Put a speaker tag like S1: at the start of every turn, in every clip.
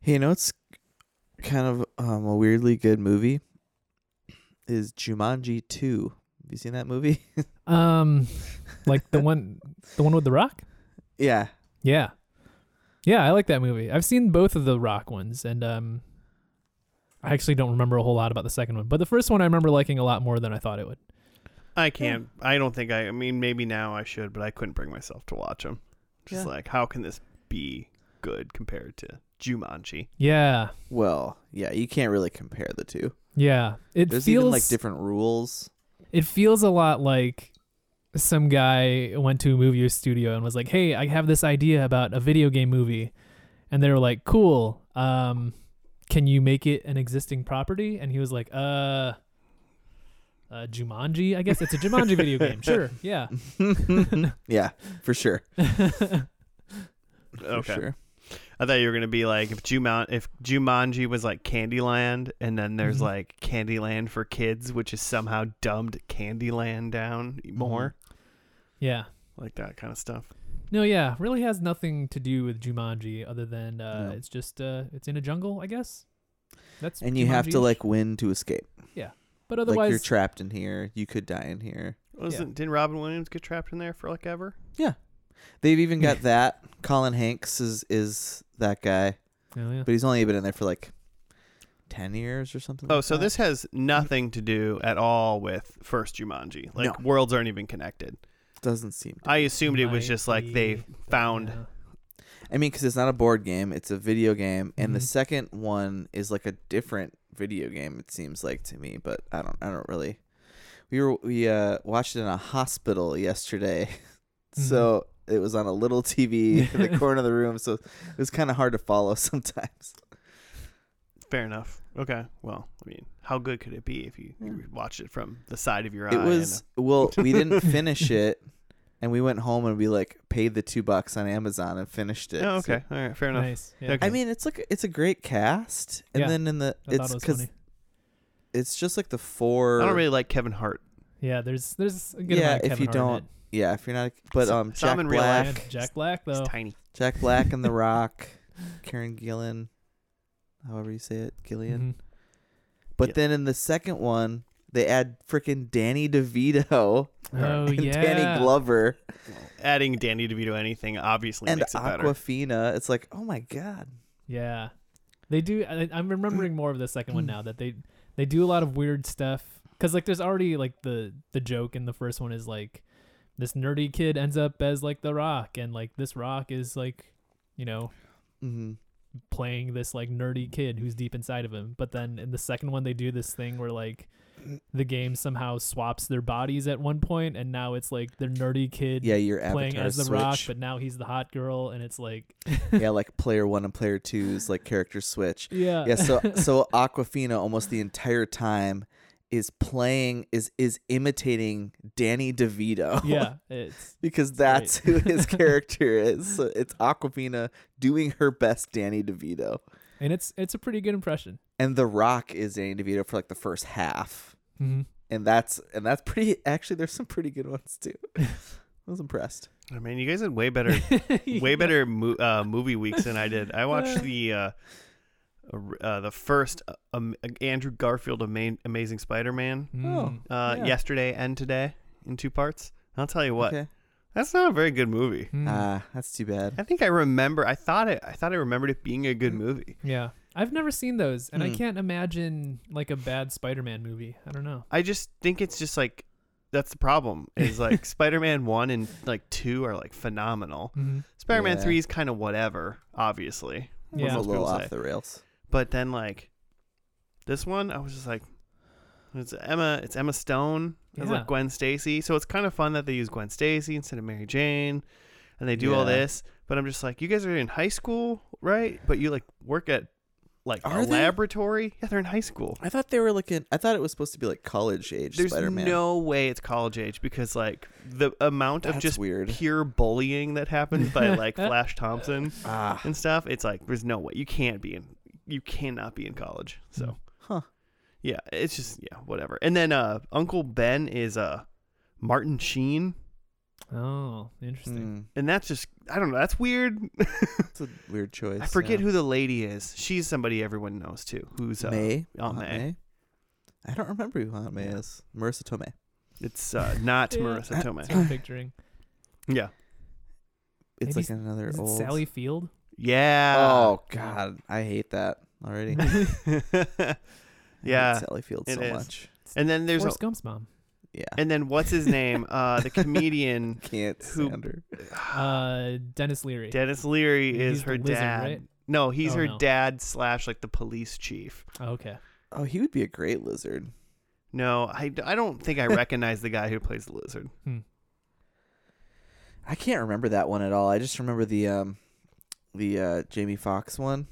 S1: Hey, you know it's kind of um, a weirdly good movie? Is Jumanji 2. Have you seen that movie?
S2: Um, like the one, the one with the Rock.
S1: yeah.
S2: Yeah, yeah, I like that movie. I've seen both of the Rock ones, and um, I actually don't remember a whole lot about the second one, but the first one I remember liking a lot more than I thought it would.
S3: I can't. I don't think I. I mean, maybe now I should, but I couldn't bring myself to watch them. Just
S1: Yeah.
S3: like, how can this be good compared to Jumanji?
S2: Yeah,
S1: Well, yeah, you can't really compare the two.
S2: yeah, it
S1: There's
S2: feels
S1: even like different rules.
S2: it feels a lot like some guy went to a movie studio and was like, "Hey, I have this idea about a video game movie," and they were like, "Cool, um, can you make it an existing property?" And he was like, "Uh." Uh, Jumanji, I guess it's a Jumanji video game. Sure, yeah.
S1: yeah, for sure. For
S3: Okay.
S1: sure.
S3: I thought you were gonna be like if Juman if Jumanji was like Candyland, and then there's
S1: Mm-hmm.
S3: like Candyland for kids, which is somehow dumbed Candyland down
S1: Mm-hmm.
S3: more,
S2: yeah,
S3: like that kind of stuff.
S2: no, yeah. Really has nothing to do with Jumanji, other than uh,
S1: No.
S2: it's just uh, it's in a jungle, I guess. That's
S1: And you have to
S2: Jumanji-ish.
S1: like win to escape. like
S2: but otherwise,
S1: you're trapped in here. You could die in here.
S3: Wasn't didn't Robin Williams get trapped in there for like ever?
S1: They've even got that. Colin Hanks is is that guy,
S2: Oh, yeah.
S1: but he's only been in there for like 10 years or something.
S3: Oh,
S1: like
S3: so
S1: that.
S3: this has nothing to do at all with first Jumanji. Like
S1: No.
S3: worlds aren't even connected.
S1: doesn't seem to.
S3: I assumed it was just like they
S2: Might
S3: found
S2: Yeah.
S1: I mean, because it's not a board game; it's a video game, and the
S2: Mhm.
S1: second one is like a different video game. It seems like to me, but I don't. I don't really. We were we uh, watched it in a hospital yesterday, so
S2: Mm-hmm.
S1: it was on a little TV in the corner of the room, so it was kind of hard to follow sometimes.
S3: Fair enough. Okay. Well, I mean, how good could it be if you, you watched it from the side of your eye?
S1: It
S3: and
S1: was well, we didn't finish it, and we went home and we like paid the two bucks on Amazon and finished it.
S3: a- oh,
S1: so-
S3: okay. All right. Fair enough.
S2: Nice. Yeah.
S3: Okay.
S1: I mean, it's like it's a great cast, and
S2: Yeah.
S1: then in the
S2: I thought
S1: it's
S2: it was
S1: because
S2: funny.
S1: it's just like the four.
S3: I don't really like Kevin Hart.
S2: Yeah, there's there's a good
S1: Yeah,
S2: amount of
S1: if
S2: Kevin
S1: you
S2: Hart in
S1: Yeah, if you're not, but
S3: So-
S1: um,
S3: so
S1: Jack
S3: I'm in real life.
S1: Black,
S2: it. Yeah, Jack Black
S3: He's
S2: though.
S3: tiny.
S1: Jack Black and The Rock, Karen Gillan, however you say it, Gillian.
S2: Mhm.
S1: But
S3: Yeah.
S1: then in the second one, they add freaking Danny DeVito
S2: Oh
S1: and
S2: yeah.
S1: Danny Glover
S3: Adding Danny DeVito to anything obviously
S1: and
S3: makes it better.
S1: Aquafina. It's like, oh my god,
S2: Yeah, they do. I, I'm remembering more of the second
S1: Hmm.
S2: one now that they they do a lot of weird stuff because like there's already like the the joke in the first one is like this nerdy kid ends up as like the Rock and like this Rock is like you know
S1: hmm
S2: playing this like nerdy kid who's deep inside of him. But then in the second one, they do this thing where like the game somehow swaps their bodies at one point, and now it's like the nerdy kid
S1: yeah, your avatar
S2: playing as the
S1: switch.
S2: rock, but now he's the hot girl, and it's like
S1: yeah, like player one and player two's like character switch.
S2: yeah,
S1: yeah so so aquafina almost the entire time is playing is is imitating danny devito
S2: yeah, it's
S1: because that's who his character is so it's aquafina doing her best danny devito
S2: and it's it's a pretty good impression.
S1: and the rock is danny devito for like the first half
S2: Mm-hmm.
S1: and that's and that's pretty actually there's some pretty good ones too i was impressed
S3: I mean, you guys had way better, way better mo- uh, movie weeks than I did. I watched the uh, uh, uh, the first uh, um, Andrew Garfield Ama- Amazing Spider-Man
S1: Oh.
S2: Mm.
S3: uh,
S1: Yeah.
S3: yesterday and today in two parts. I'll tell you what,
S1: okay
S3: that's not a very good movie.
S2: Mm.
S1: ah that's too bad
S3: I think I remember. I thought it. I thought I remembered it being a good movie.
S2: yeah. I've never seen those, and
S1: Mm.
S2: I can't imagine like a bad Spider-Man movie. I don't know.
S3: I just think it's just like that's the problem. Is like Spider-Man one and like two are like phenomenal.
S2: Mhm.
S3: Spider-Man
S1: Yeah.
S3: three is kind of whatever, obviously. what
S1: was
S2: Yeah.
S1: a
S3: most
S1: little
S3: people
S1: off
S3: say.
S1: the rails
S3: But then like this one, I was just like, it's Emma. It's Emma Stone. It's
S2: Yeah.
S3: like Gwen Stacy. So it's kind of fun that they use Gwen Stacy instead of Mary Jane, and they do all
S1: Yeah.
S3: this. But I'm just like, you guys are in high school, right? But you like work at like
S1: Are
S3: a
S1: they?
S3: laboratory. Yeah, they're in high school.
S1: i thought they were like in i thought it was supposed to be like college age
S3: There's
S1: spider-man
S3: no way it's college age because like the amount of
S1: That's
S3: just
S1: weird.
S3: pure bullying that happens by like Flash Thompson
S1: ah
S3: and stuff. It's like there's no way you can't be in you cannot be in college. So
S1: huh
S3: yeah, it's just yeah whatever. And then uh Uncle Ben is uh Martin Sheen.
S2: Oh, interesting.
S1: Mm,
S3: and that's just I don't know. That's weird.
S1: it's Hmm. a weird choice.
S3: I forget
S1: yeah.
S3: who the lady is. She's somebody everyone knows too. Who's uh,
S1: May.
S3: Aunt May.
S1: I don't remember who Aunt May
S3: Yeah.
S1: is. Marissa Tomei.
S3: It's uh, not
S2: Yeah.
S3: Marissa
S2: That's
S3: Tomei.
S2: what I'm picturing.
S3: Yeah,
S1: It's
S2: Maybe
S1: like another
S2: Is it
S1: old
S2: Sally Field?
S3: yeah.
S1: Oh God, I hate that already. I hate
S3: Yeah,
S1: Sally Field
S3: it
S1: so
S3: is.
S1: much.
S3: and then there's a,
S2: Forrest Gump's mom.
S1: Yeah,
S3: and then what's his name? Uh, the comedian
S1: can't
S3: who-
S1: stand her.
S2: Uh, Dennis Leary.
S3: Dennis Leary is
S2: He's the
S3: her
S2: lizard,
S3: dad.
S2: right?
S3: No, he's
S2: Oh,
S3: her
S2: no.
S3: dad slash like the police chief.
S2: Oh, okay.
S1: Oh, he would be a great lizard.
S3: No, I, d- I don't think I recognize the guy who plays the lizard.
S1: I can't remember that one at all. I just remember the um, the uh, Jamie Foxx one.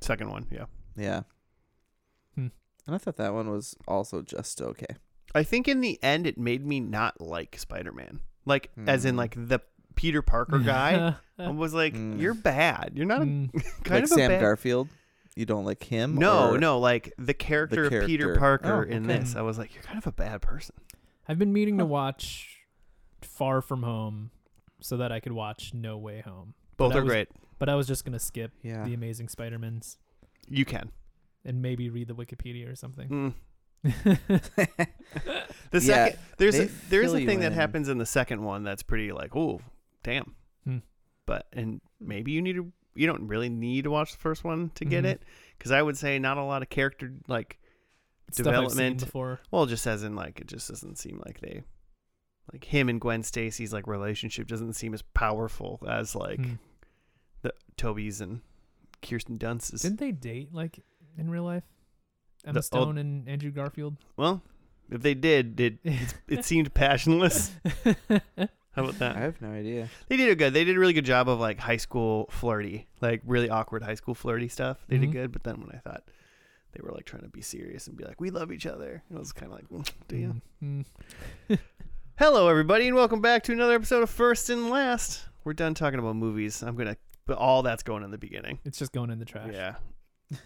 S3: Second one, yeah.
S1: Yeah.
S2: Hmm.
S1: And I thought that one was also just okay.
S3: I think in the end it made me not like Spider Man. Like as in
S1: Hmm.
S3: like the Peter Parker guy. Oh I was like,
S1: Mm.
S3: You're bad. You're not a,
S2: Mm,
S3: kind
S1: like
S3: of
S1: Sam
S3: a bad
S1: Garfield, you don't like him?
S3: No,
S1: or-
S3: no, like the character, of Peter
S1: character.
S3: Parker
S1: Oh,
S3: in
S2: okay.
S3: this. I was like, You're kind of a bad person.
S2: I've been meaning to
S1: Huh.
S2: watch Far From Home so that I could watch No Way Home.
S3: Both
S2: I
S3: are
S2: was-
S3: great.
S2: But I was just gonna skip
S1: Yeah.
S2: the Amazing Spider-Mans
S3: You can.
S2: and maybe read the Wikipedia or something.
S3: Mm.
S1: I Yeah,
S3: The second there's
S1: they
S3: a, there's
S1: fill
S3: a
S1: you
S3: thing that
S1: in.
S3: happens in the second one that's pretty like oh damn,
S2: Hmm.
S3: but and maybe you need to you don't really need to watch the first one to get
S2: Mhm.
S3: it because I would say not a lot of character like
S2: Stuff I've seen
S3: Development.
S2: before.
S3: well just as in like it just doesn't seem like they like him and Gwen Stacy's like relationship doesn't seem as powerful as like
S2: Hmm.
S3: the Toby's and Kirsten Dunst's.
S2: Didn't they date like in real life? Emma
S3: The
S2: Stone
S3: old-
S2: and Andrew Garfield.
S3: well, if they did, it it seemed passionless. How about that?
S1: have no idea.
S3: They did a good. They did a really good job of like high school flirty, like really awkward high school flirty stuff. They
S2: Mhm.
S3: did good, but then when I thought they were like trying to be serious and be like, "We love each other," it was kind of like, mm, "Do you?"
S2: Mm,
S3: Hello, everybody, and welcome back to another episode of First and Last. We're done talking about movies. I'm gonna, but all that's going in the beginning.
S2: It's just going in the trash.
S3: Yeah.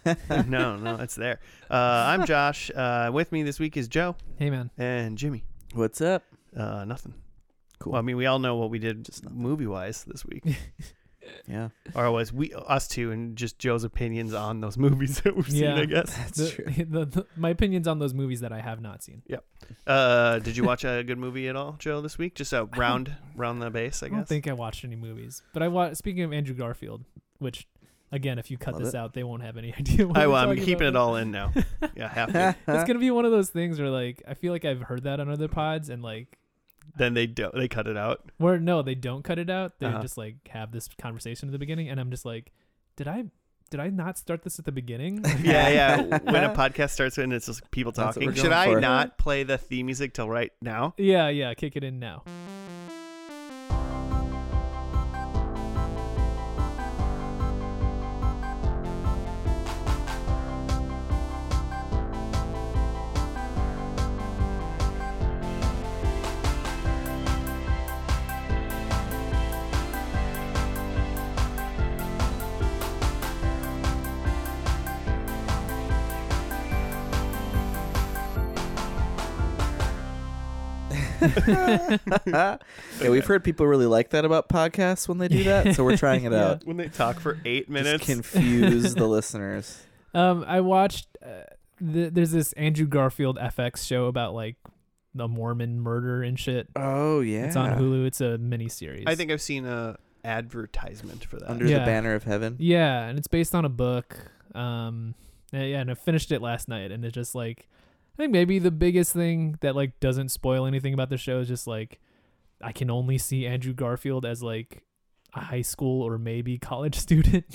S3: no, no, it's there. Uh, I'm Josh. Uh, with me this week is Joe
S2: Hey man.
S3: and Jimmy.
S1: What's up?
S3: Uh, nothing.
S1: Cool.
S3: Well, I mean, we all know what we did
S1: Just nothing.
S3: movie wise this week.
S1: Yeah,
S3: or was we us two and just Joe's opinions on those movies that we've
S2: Yeah.
S3: seen, I guess.
S1: that's
S2: The-
S1: true.
S2: the- the- my opinions on those movies that I have not seen.
S3: Uh, did you watch a good movie at all, Joe, this week? Just a round round the base, I
S2: I
S3: guess.
S2: don't think I watched any movies, but I watched. Speaking of Andrew Garfield, which again, if you cut
S1: Love
S2: this
S1: it.
S2: out, they won't have any idea. What
S3: I,
S2: we're
S3: Oh, well, I'm
S2: talking
S3: keeping it
S2: about.
S3: all in now. Yeah, have to.
S2: It's gonna be one of those things where like I feel like I've heard that on other pods and like
S3: then they do they cut it out.
S2: where no they don't cut it out they
S3: Uh-huh.
S2: just like have this conversation at the beginning and I'm just like did I did I not start this at the beginning
S3: Yeah, yeah. when a podcast starts and it's just people
S1: That's what
S3: talking,
S1: we're
S3: should
S1: going
S3: I
S1: for.
S3: not play the theme music till right now?
S2: yeah yeah kick it in now
S1: yeah, we've heard people really like that about podcasts when they do that, so we're trying it
S2: Yeah.
S1: out.
S3: When they talk for eight minutes.
S1: Just confuse the listeners.
S2: um I watched uh, th- there's this Andrew Garfield FX show about like the Mormon murder and shit
S1: Oh yeah,
S2: it's on Hulu it's a mini series
S3: I think I've seen a advertisement for that.
S1: Under
S2: Yeah.
S1: the banner of heaven.
S2: Yeah, and it's based on a book. Um, and- yeah, and I finished it last night, and it's just like, I think maybe the biggest thing that like doesn't spoil anything about the show is just like, I can only see Andrew Garfield as like a high school or maybe college student,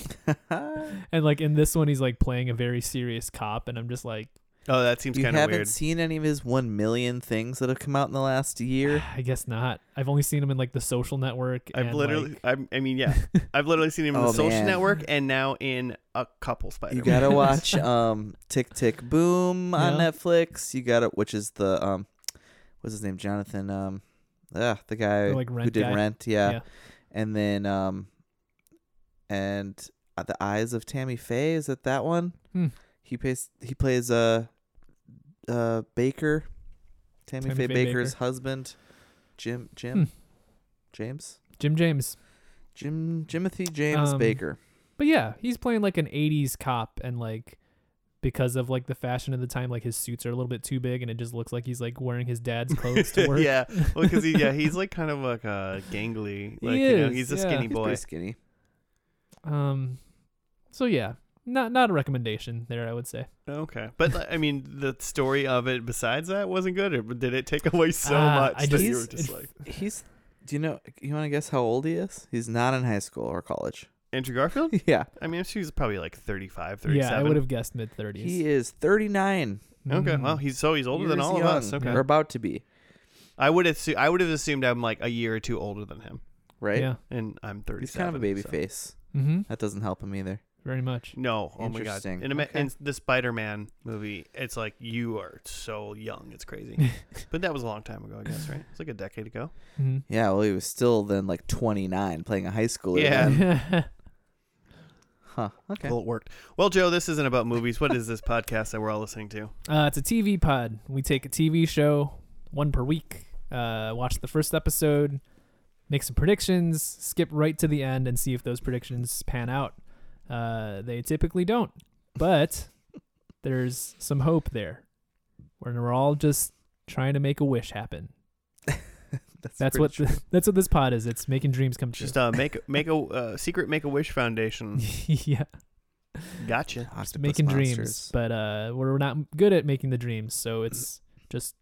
S2: and like in this one he's like playing a very serious cop, and I'm just like,
S3: oh, that seems
S1: you
S3: kind of
S1: haven't
S3: weird.
S1: seen any of his one million things that have come out in the last year.
S2: I guess not. I've only seen him in like The Social Network.
S3: I've
S2: and,
S3: literally,
S2: like-
S3: I'm, I mean, yeah, I've literally seen him in
S1: Oh,
S3: the Social
S1: man.
S3: Network and now in a couple Spider.
S1: You gotta watch um Tick Tick Boom on
S2: Yeah.
S1: Netflix. You gotta which is the um what's his name? Jonathan um uh, the guy
S2: The, like,
S1: who
S2: Rent
S1: did
S2: guy?
S1: rent, yeah.
S2: Yeah.
S1: And then um and uh, the eyes of Tammy Faye, is it that one?
S2: Hmm.
S1: He plays he plays uh uh Baker. Tammy,
S2: Tammy
S1: Faye,
S2: Faye
S1: Baker's
S2: Baker. Hmm.
S1: husband. Jim Jim. James?
S2: Jim James.
S1: Jim Jimothy James
S2: Um,
S1: Baker.
S2: But yeah, he's playing like an 80s cop and like because of like the fashion of the time like his suits are a little bit too big and it just looks like he's like wearing his dad's clothes to work.
S3: yeah, well, because he, yeah, he's like kind of like a gangly.
S2: He
S3: Like you know,
S2: is,
S3: he's a
S2: yeah.
S3: skinny
S2: He's
S1: He's pretty
S3: boy.
S1: skinny.
S2: Um so yeah, not not a recommendation there I would say.
S3: Okay, but like, I mean, the story of it besides that wasn't good. Or did it take away so
S2: Ah,
S3: much
S2: I
S3: that you were
S2: just-
S3: just
S2: it-
S3: like
S1: He's do you know you wanna guess how old he is? He's not in high school or college.
S3: Andrew Garfield?
S1: yeah.
S3: I mean, she was probably like 35,
S2: Yeah, I
S3: 37.
S2: would have guessed Mm-hmm. mid 30s.
S1: He is thirty nine.
S3: okay, well, he's so he's older than all of us. Okay,
S1: Or about to be,
S3: I would assume I would have assumed I'm like a year or two older than him,
S1: right?
S2: Yeah.
S3: and I'm 37.
S1: He's kind of a baby
S3: so-
S1: face.
S2: Mhm.
S1: That doesn't help him either.
S2: Very much.
S3: No, oh my god!
S1: Interesting,
S3: In, a, ma-
S1: okay.
S3: in the Spider-Man movie, it's like you are so young. It's crazy, but that was a long time ago, I guess. Right? It's like a decade ago.
S2: Mhm.
S1: Yeah, well, he was still then like 29 playing a high schooler.
S3: Yeah.
S1: then. Huh. Okay.
S3: Well, it worked. Well, Joe, this isn't about movies. What is this podcast that we're all listening to?
S2: Uh, it's a TV pod. We take a TV show, one per week, uh, watch the first episode, make some predictions, skip right to the end, and see if those predictions pan out. Uh, they typically don't, but there's some hope there. We're, we're all just trying to make a wish happen. That's
S1: pretty
S2: what
S1: true.
S2: the, that's what this pod is. It's making dreams come true.
S3: Just uh, make make a uh, secret Make a Wish Foundation.
S2: yeah,
S3: Gotcha.
S1: Octopus
S2: making dreams,
S1: monsters.
S2: but uh, we're not good at making the dreams, so it's just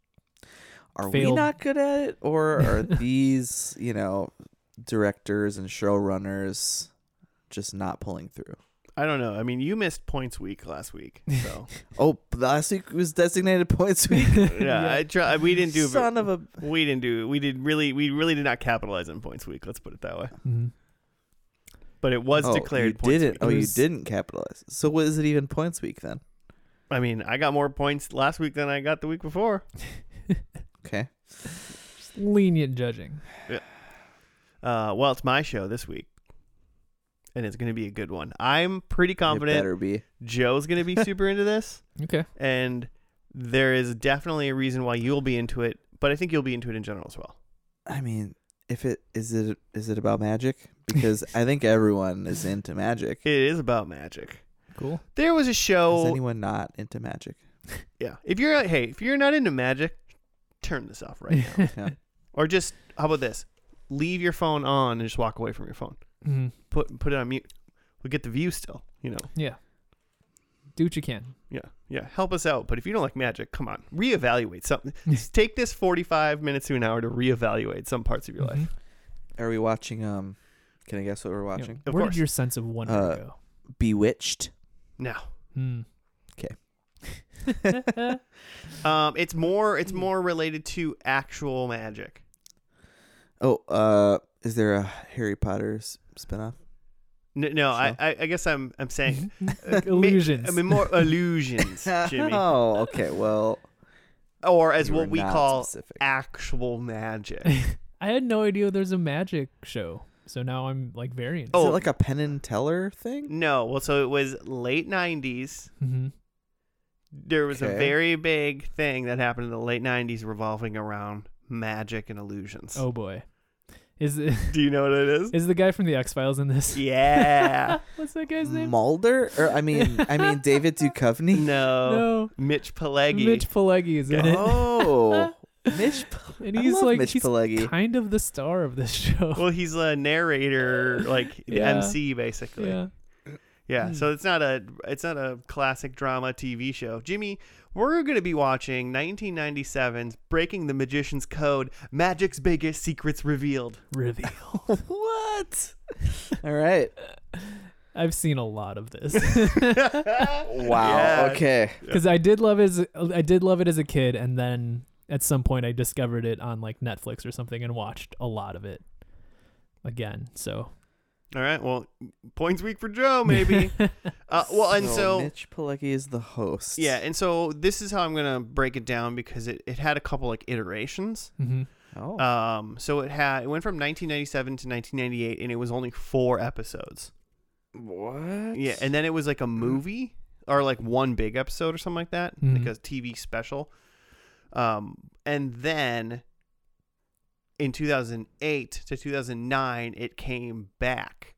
S1: Are we
S2: failed.
S1: not good at it, or are these you know directors and showrunners just not pulling through?
S3: I don't know. I mean, you missed points week last week, so
S1: Oh, last week was designated points week.
S3: yeah. I try. We didn't do.
S1: Son of a.
S3: We didn't do. We did really. We really did not capitalize on points week. Let's put it that way.
S2: mhm.
S3: But it was
S1: oh,
S3: declared.
S1: you
S3: points
S1: didn't.
S3: Week.
S1: Oh,
S2: It
S1: you
S2: was-
S1: didn't capitalize. So what is it even points week then?
S3: I mean, I got more points last week than I got the week before.
S1: Okay.
S2: just lenient judging.
S3: Uh, well, it's my show this week, and it's going to be a good one. I'm pretty
S1: It
S3: confident
S1: better be.
S3: Joe's going to be super into this,
S2: Okay.
S3: and there is definitely a reason why you'll be into it. But I think you'll be into it in general as well.
S1: I mean, if it is it is it about magic? Because I think everyone is into magic.
S3: It is about magic.
S2: Cool.
S3: There was a show.
S1: Is anyone not into magic?
S3: yeah, if you're hey, if you're not into magic, turn this off right now.
S1: Yeah.
S3: Or just how about this? Leave your phone on and just walk away from your phone.
S2: Mhm.
S3: Put put it on mute. We'll get the view still, you know.
S2: Yeah. Do what you can.
S3: Yeah. Yeah. Help us out. But if you don't like magic, come on. Reevaluate something. Just Take this forty five minutes to an hour to reevaluate some parts of your life.
S2: Mhm.
S1: Are we watching? Um, can I guess what we're
S2: Yeah.
S1: watching?
S3: Of
S2: Where
S3: course.
S2: did your sense of wonder
S1: Uh,
S2: go?
S1: Bewitched.
S3: No.
S2: Hmm.
S1: 'kay.
S2: Mm-hmm.
S3: Um it's more it's more related to actual magic.
S1: Oh, uh, is there a Harry Potter's spinoff?
S3: No, no I,
S1: So?
S3: I I guess I'm I'm saying uh,
S2: Illusions.
S3: I mean more illusions, Jimmy.
S1: oh, okay. Well,
S3: Or as
S1: you
S3: what
S1: were
S3: we
S1: not
S3: call
S1: specific.
S3: actual magic.
S2: I had no idea there's a magic show, so now I'm like very
S1: Is
S2: into.
S3: oh.
S1: it like a Penn and Teller thing?
S3: No, well so it was late nineties.
S2: Mhm.
S3: there was a
S1: Okay.
S3: very big thing that happened in the late 90s revolving around magic and illusions.
S2: Oh boy, is it,
S3: Do you know what it is?
S2: is the guy from the X Files in this?
S3: yeah.
S2: What's that guy's name?
S1: Mulder, or I mean, I mean David Duchovny.
S3: no.
S2: no,
S3: Mitch Pileggi.
S2: Mitch Pileggi is in it,
S1: Oh, Mitch.
S2: and
S1: I
S2: he's
S1: love
S2: like
S1: Mitch
S2: he's
S1: Pileggi.
S2: kind of the star of this show.
S3: well, he's a narrator, like the
S2: Yeah.
S3: MC basically. Yeah.
S2: yeah. Hmm.
S3: So it's not a it's not a classic drama TV show. Jimmy, we're going to be watching 1997's Breaking the Magician's Code: Magic's Biggest Secrets Revealed.
S2: Reveal.
S1: what? All right.
S2: I've seen a lot of this.
S1: Wow.
S3: Yeah.
S1: Okay.
S2: because I did love as I did love it as a kid, and then at some point I discovered it on like Netflix or something and watched a lot of it again. So
S3: All right. Well, points week for Joe maybe. uh, well, and so
S1: Mitch Pileggi is the host.
S3: Yeah, and so this is how I'm gonna break it down because it, it had a couple like iterations.
S2: hmm
S1: Oh.
S3: Um, so it had it went from 1997 to 1998, and it was only four episodes.
S1: what?
S3: Yeah, and then it was like a
S1: Mm.
S3: movie or like one big episode or something like that,
S1: Mm-hmm.
S2: Mhm.
S3: like a TV special. Um, and then in 2008 to 2009, it came back.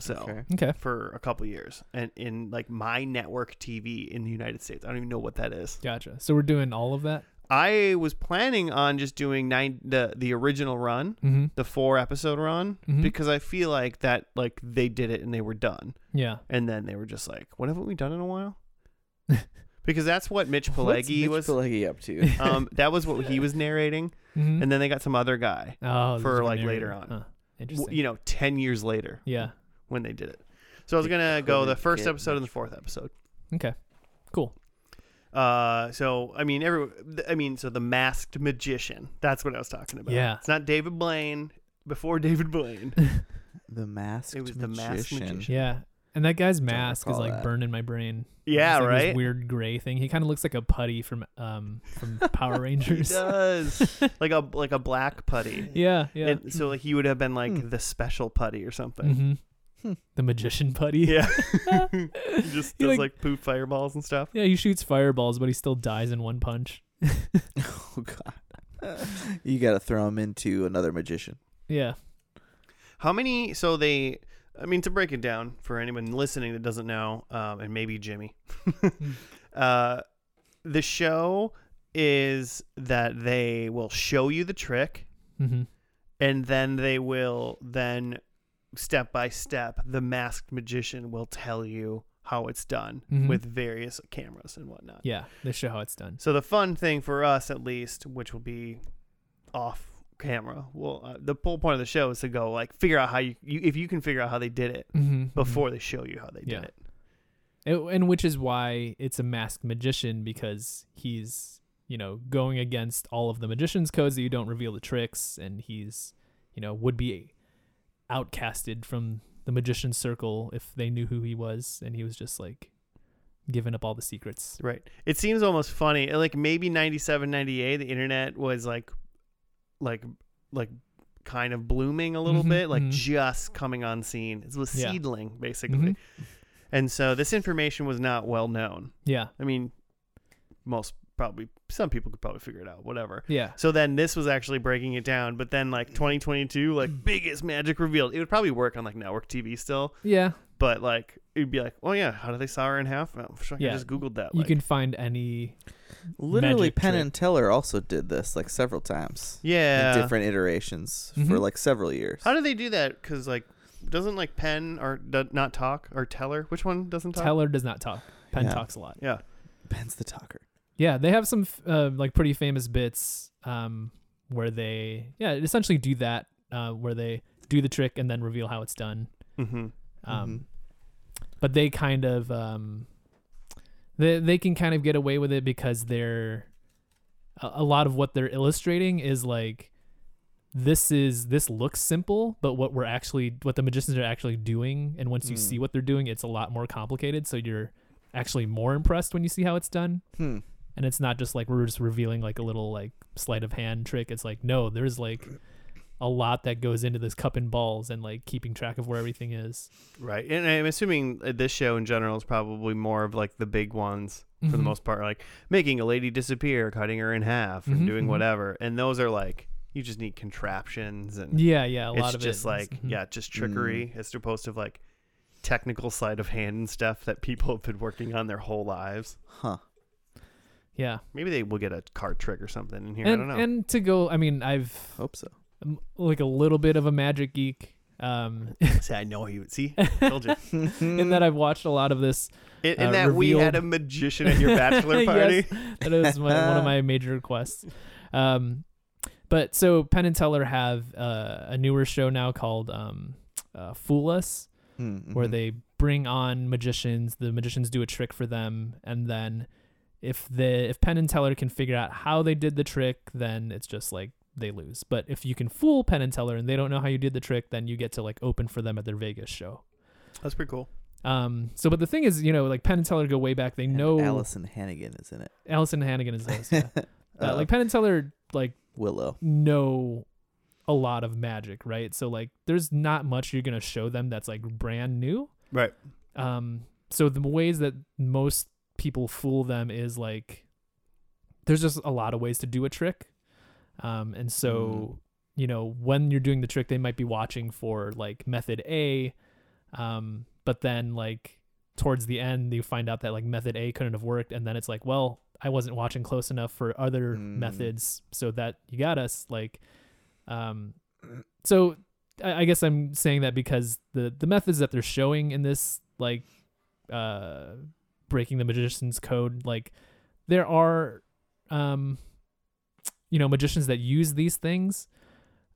S3: So
S1: Okay.
S2: Okay.
S3: for a couple years, and in like my network TV in the United States, I don't even know what that is.
S2: Gotcha. So we're doing all of that.
S3: I was planning on just doing nine the the original run,
S2: Mm-hmm.
S3: the four episode run,
S1: Hmm?
S2: Mhm.
S3: because I feel like that like they did it and they were done,
S2: Yeah.
S3: and then they were just like, what haven't we done in a while? because that's what Mitch
S1: What's
S3: Pileggi
S1: Mitch
S3: was.
S1: Pileggi up to.
S3: um, that was what he was narrating,
S2: Mhm.
S1: Hmm?
S3: and then they got some other guy.
S2: oh,
S3: for,
S2: there's a
S3: like,
S2: narrator.
S3: later on.
S2: Huh. Interesting.
S3: w- you know, 10 years later
S2: yeah.
S3: when they did it. So I was
S1: They
S3: going to go the
S1: couldn't
S3: first
S1: get
S3: episode and the
S1: much
S3: fourth
S1: better.
S3: episode.
S2: Okay. Cool.
S3: Uh, so I mean, every I mean, so the masked magician. That's what I was talking about.
S2: Yeah.
S3: it's not David Blaine. Before David Blaine,
S1: The masked
S3: It was the masked
S1: magician.
S3: magician.
S2: Yeah. And that guy's mask is
S1: recall
S2: like
S1: that.
S2: burned in my brain.
S3: yeah,
S2: It's, like,
S3: right.
S2: This weird gray thing. He kind of looks like a putty from um from Power
S3: He
S2: Rangers.
S3: does like a like a black putty.
S2: yeah. Yeah.
S3: And so like, he would have been like
S1: Hmm.
S3: the special putty or something.
S2: Mhm.
S1: Hmm.
S2: The magician putty.
S3: Yeah, he just
S2: Mm-hmm. He,
S3: does
S2: like-
S3: like, poop fireballs and stuff.
S2: Yeah, he shoots fireballs, but he still dies in one punch.
S1: Oh god. you got to throw him into another magician.
S2: Yeah.
S3: How many? So they. I mean, to break it down for anyone listening that doesn't know, um, and maybe Jimmy,
S2: Hmm.
S3: uh, the show is that they will show you the trick,
S2: Mm-hmm.
S3: and then they will then step by step, the masked magician will tell you how it's done
S2: Mhm.
S3: with various cameras and whatnot.
S2: Yeah. They show how it's done.
S3: So the fun thing for us, at least, which will be off camera, well, uh, the whole point of the show is to go like figure out how you, you if you can figure out how they did it
S2: Mm-hmm.
S3: before they show you how they
S2: Yeah.
S3: did it.
S2: and which is why it's a masked magician because he's you know going against all of the magician's codes that you don't reveal the tricks, and he's you know would be outcasted from the magician's circle if they knew who he was, and he was just like giving up all the secrets.
S3: Right. It seems almost funny. Like maybe 97, 98, the internet was like, like, like kind of blooming a little
S2: Mhm,
S3: bit, like
S2: mhm.
S3: just coming on scene. It was
S2: Yeah.
S3: seedling basically.
S2: Mhm.
S3: And so this information was not well known.
S2: Yeah.
S3: I mean, most probably some people could probably figure it out, whatever.
S2: Yeah.
S3: So then this was actually breaking it down, but then like 2022, like biggest magic revealed. It would probably work on like network TV still,
S2: Yeah.
S3: but like it'd be like, oh yeah, how do they saw her in half? Oh, sure,
S2: Yeah.
S3: I just googled that.
S2: You
S3: like-
S2: can find any.
S1: Literally
S2: Magic
S1: Penn
S2: trick.
S1: and Teller also did this like several times.
S3: yeah.
S1: In different iterations for
S2: Mhm.
S1: like several years.
S3: How do they do that? Because like, doesn't like Penn or do- not talk or Teller? Which one doesn't talk?
S2: Teller does not talk. Penn
S1: Yeah.
S2: talks a lot.
S3: Yeah.
S1: Penn's the talker.
S2: Yeah, they have some f- uh, like pretty famous bits um, where they yeah essentially do that uh, where they do the trick and then reveal how it's done.
S3: Mm-hmm.
S2: Um, But they kind of um, they they can kind of get away with it because they're a, a lot of what they're illustrating is like this is this looks simple, but what we're actually what the magicians are actually doing, and once you
S1: Mm.
S2: see what they're doing, it's a lot more complicated. So you're actually more impressed when you see how it's done
S1: Hmm.
S2: and it's not just like we're just revealing like a little like sleight of hand trick it's like no there's like a lot that goes into this cup and balls and like keeping track of where everything is
S3: Right. And I'm assuming uh, this show in general is probably more of like the big ones for the
S2: Mhm.
S3: most part, like making a lady disappear, cutting her in half, and
S2: Mhm,
S3: doing
S2: mhm.
S3: whatever. And those are like you just need contraptions and
S2: yeah yeah a
S3: it's
S2: lot of
S3: just
S2: it
S3: like
S2: is- mhm.
S3: yeah, just trickery as opposed to like technical sleight of hand and stuff that people have been working on their whole lives.
S1: Huh.
S2: yeah
S3: Maybe they will get a card trick or something in here. I
S2: and
S3: don't know.
S2: and to go i mean i've
S1: Hope so.
S2: I'm, like a little bit of a magic geek um
S3: See, I know he would see. Told you.
S2: in that i've watched a lot of this
S3: In,
S2: Uh,
S3: in that we
S2: revealed-
S3: had a magician at your bachelor
S2: Yes.
S3: party.
S2: that is my, one of my major requests. Um, but so Penn and Teller have uh, a newer show now called um, uh, Fool Us,
S1: Mm-hmm.
S2: where they bring on magicians. The magicians do a trick for them, and then if the if Penn and Teller can figure out how they did the trick, then it's just like they lose. But if you can fool Penn and Teller and they don't know how you did the trick, then you get to like open for them at their Vegas show.
S3: That's pretty cool.
S2: Um, so, but the thing is, you know, like Penn and Teller go way back. They
S1: And
S2: know
S1: Allison Hannigan is in it.
S2: Allison Hannigan is those. Yeah. Uh,
S1: Uh,
S2: like Penn and Teller like
S1: Willow.
S2: know a lot of magic, right? So like there's not much you're gonna show them that's like brand new.
S3: Right.
S2: Um so the ways that most people fool them is like there's just a lot of ways to do a trick. Um, and so, you know, when you're doing the trick, they might be watching for like method A. Um, but then like towards the end, you find out that like method A couldn't have worked. And then it's like, well, I wasn't watching close enough for other
S1: Mm.
S2: methods. So that you got us like, um, so I, I guess I'm saying that because the, the methods that they're showing in this, like, uh, breaking the magician's code, like there are um you know magicians that use these things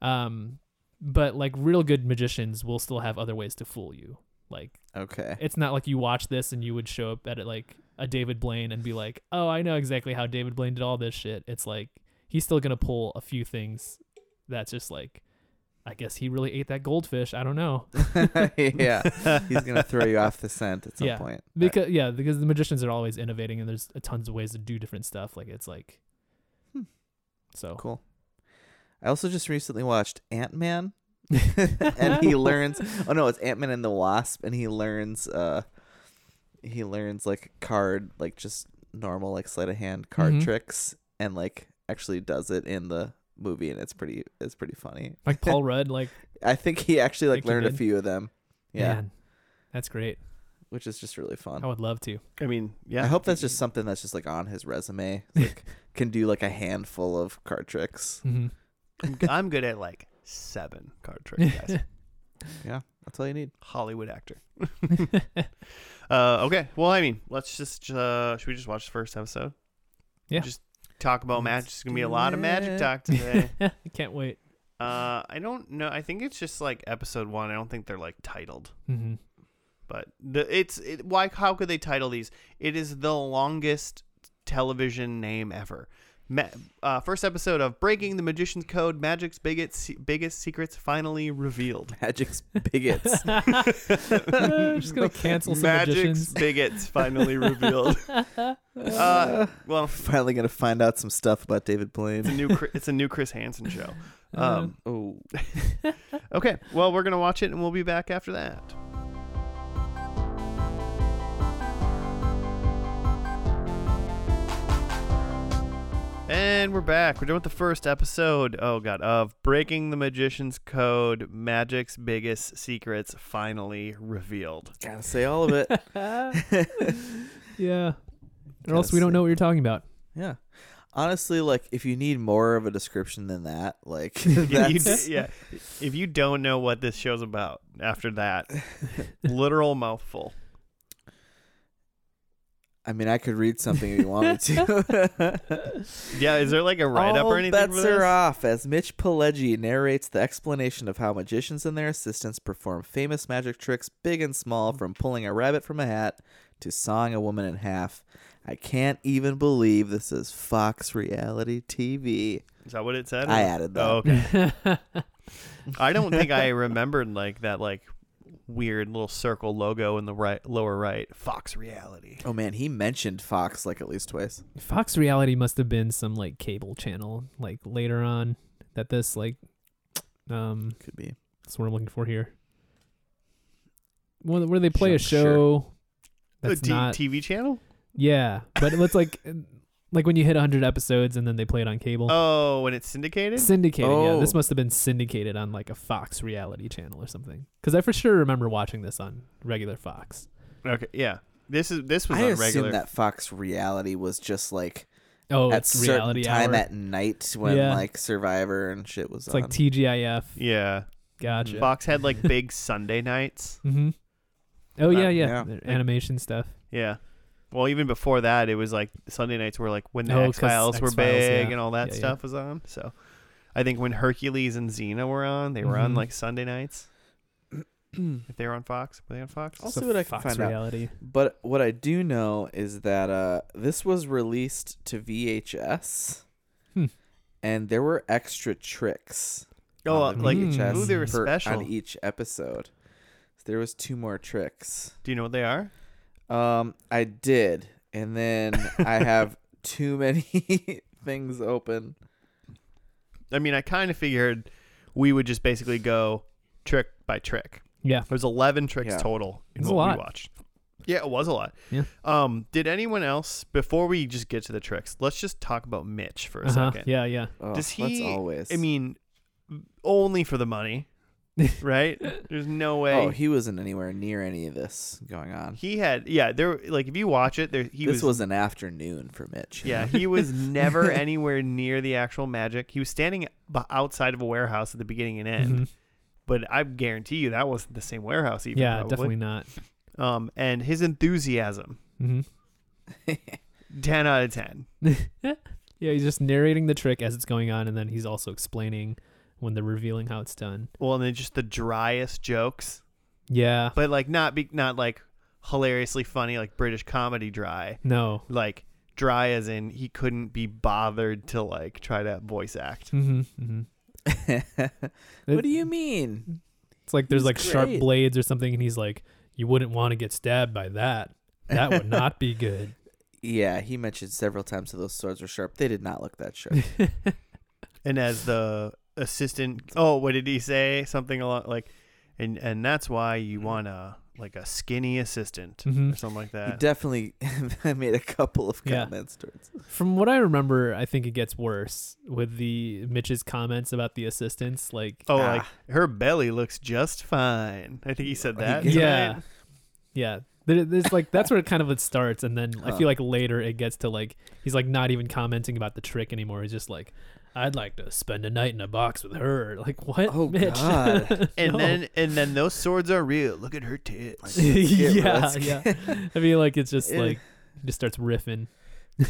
S2: um but like real good magicians will still have other ways to fool you like
S1: Okay.
S2: it's not like you watch this and you would show up at like a david blaine and be like oh i know exactly how david blaine did all this shit it's like he's still gonna pull a few things that's just like i guess he really ate that goldfish i don't know
S1: yeah. He's gonna throw you off the scent at some
S2: Yeah,
S1: point.
S2: because yeah because the magicians are always innovating and there's a tons of ways to do different stuff like it's like
S1: Hmm.
S2: so
S1: Cool. I also just recently watched Ant Man, and he learns. Oh no, it's Ant Man and the Wasp, and he learns. Uh, he learns like card, like just normal like sleight of hand card
S2: Mhm.
S1: tricks, and like actually does it in the movie, and it's pretty. It's pretty funny.
S2: like paul rudd like
S1: I think he actually like
S2: Think he
S1: learned a
S2: did.
S1: few of them. Yeah, Um,
S2: man Oh, that's great
S1: which is just really fun.
S2: i would love to
S3: I mean, yeah.
S1: I hope that's just something that's just like on his resume. Like can do like a handful of card tricks.
S2: Mhm.
S3: I'm good at like seven card tricks, guys.
S1: That's all you need.
S3: Hollywood actor. uh, okay. Well, I mean, let's just uh, should we just watch the first episode?
S2: Yeah.
S3: Just talk about
S1: Let's
S3: magic. It's gonna be a
S1: do
S3: lot of magic
S1: it.
S3: talk today.
S2: can't wait
S3: uh, I don't know. I think it's just like episode one. I don't think they're like titled,
S2: hmm
S3: but the it's it, why? How could they title these? It is the longest television name ever. Ma- uh, first episode of Breaking the Magician's Code: Magic's biggest biggest secrets finally revealed.
S1: Magic's bigots.
S2: just gonna cancel some
S3: Magic's
S2: magicians
S3: bigots finally revealed. uh, well,
S1: Finally gonna find out some stuff about David
S3: it's a
S1: Blaine.
S3: new Chri- it's a new Chris Hansen show.
S2: Uh-huh. Uh,
S3: Um,
S1: Oh.
S3: okay, well we're gonna watch it and we'll be back after that. And we're back. We're done with the first episode. Oh god, of Breaking the Magician's Code: Magic's Biggest Secrets Finally Revealed.
S1: Gotta say all of it.
S2: yeah or
S1: Gotta
S2: else we don't
S1: say-
S2: know what you're talking about
S1: Yeah. Honestly, like if you need more of a description than that, like
S3: If you
S1: that's
S3: d- yeah. If you don't know what this show's about after that, literal mouthful.
S1: I mean I could read something if you wanted to.
S3: Yeah, is there like a write up
S1: All
S3: or anything?
S1: bets
S3: for this?
S1: are off as Mitch Pileggi narrates the explanation of how magicians and their assistants perform famous magic tricks, big and small, from pulling a rabbit from a hat to sawing a woman in half. I can't even believe this is Fox reality TV.
S3: Is that what it said?
S1: I added that.
S3: Oh, okay. I don't think I remembered like that like weird little circle logo in the right lower right. Fox Reality.
S1: Oh man, he mentioned Fox like at least twice.
S2: fox reality must have been some like cable channel like later on that this like um
S1: Could be.
S2: That's what I'm looking for here. Where, where they play a
S1: Sure,
S2: show
S1: sure.
S3: A
S2: that's
S3: T-
S2: not
S3: TV channel?
S2: yeah, but it looks like like when you hit 100 episodes and then they play it on cable.
S3: Oh, and it's syndicated?
S2: syndicated, yeah. This
S1: Oh.
S2: must have been syndicated on like a Fox reality channel or something. Because I for sure remember watching this on regular Fox.
S3: Okay, yeah. This is this was
S1: I
S3: on
S1: assume
S3: regular.
S1: that Fox reality was just like
S2: Oh,
S1: at
S2: it's
S1: certain
S2: reality
S1: time
S2: hour.
S1: at night when
S2: Yeah.
S1: like Survivor and shit was
S2: it's
S1: on.
S2: like TGIF.
S3: yeah.
S2: Gotcha.
S3: Fox had like big Sunday nights.
S2: Mm-hmm. Oh yeah,
S3: Uh,
S2: yeah,
S1: yeah.
S2: the Animation stuff.
S3: Yeah. Well, even before that, it was like Sunday nights were like when the
S2: Oh, 'cause
S3: X Files were
S2: X-Files, yeah.
S3: big and all that
S2: Yeah, yeah.
S3: stuff was on. So I think when Hercules and Xena were on, they were on
S2: Mhm.
S3: like Sunday nights. If they were on Fox, were they on Fox?
S1: I'll
S2: So
S1: see what I can
S2: Fox
S1: find out.
S2: reality.
S1: But what I do know is that uh, this was released to VHS,
S2: Hmm.
S1: and there were extra tricks.
S3: Oh,
S1: on the
S3: like
S1: VHS
S3: ooh, they were
S1: per-
S3: special.
S1: on each episode. So there was two more tricks.
S3: Do you know what they are?
S1: Um, I did, and then I have too many things open.
S3: I mean, I kind of figured we would just basically go trick by trick.
S2: Yeah.
S3: There's 11 tricks
S1: Yeah.
S3: total in
S2: That's a
S3: what we
S2: lot.
S3: watched. Yeah, it was a lot.
S2: Yeah.
S3: Um, did anyone else before we just get to the tricks? Let's just talk about Mitch for a
S2: Uh-huh.
S3: second.
S2: Yeah, yeah.
S1: Oh,
S3: Does
S1: let's
S3: he-
S1: always.
S3: I mean, only for the money, right? There's no way.
S1: oh, he wasn't anywhere near any of this going on.
S3: he had yeah. There, like if you watch it, there he
S1: this was,
S3: was.
S1: an afternoon for Mitch.
S3: yeah, he was never anywhere near the actual magic. He was standing b- outside of a warehouse at the beginning and
S1: Mm-hmm.
S3: end,
S2: Mhm.
S3: but I guarantee you that wasn't the same warehouse. Even
S2: Yeah,
S3: probably.
S2: definitely not.
S3: Um, and his enthusiasm,
S2: hmm
S3: ten out of ten.
S2: Yeah, he's just narrating the trick as it's going on, and then he's also explaining when they're revealing how it's done.
S3: Well, and then just the driest jokes.
S2: Yeah.
S3: but like not be not like hilariously funny like British comedy dry.
S2: No.
S3: Like dry as in he couldn't be bothered to like try to voice act.
S2: Mm-hmm. Mm-hmm.
S1: what do you mean?
S2: It's like there's
S1: He's
S2: like sharp
S1: great.
S2: blades or something, and he's like, "You wouldn't want to get stabbed by that. That would not be good."
S1: Yeah, he mentioned several times that those swords were sharp. They did not look that sharp.
S3: And as the assistant, oh, what did he say? Something along like, and and that's why
S2: Mm.
S3: you want a like a skinny assistant
S2: Mhm.
S1: Mm-hmm.
S3: or something like
S1: he
S3: that.
S1: definitely made a couple of
S2: Yeah.
S1: comments towards.
S2: From what I remember, I think it gets worse with the Mitch's comments about the assistants. Like,
S3: oh, like her belly looks just fine. I think he said that.
S1: Like,
S2: yeah,
S3: right?
S2: yeah. There- There's like that's where it kind of it starts, and then I
S1: Huh.
S2: feel like later it gets to like he's like not even commenting about the trick anymore. He's just like, "I'd like to spend a night in a box with her." Like, what?
S1: Oh,
S2: Mitch?
S1: God.
S3: And
S2: No.
S3: then and then those swords are real. Look at her tits.
S1: get-
S2: yeah,
S1: let's
S2: yeah. I mean, like it's just
S1: Yeah.
S2: like he just starts riffing.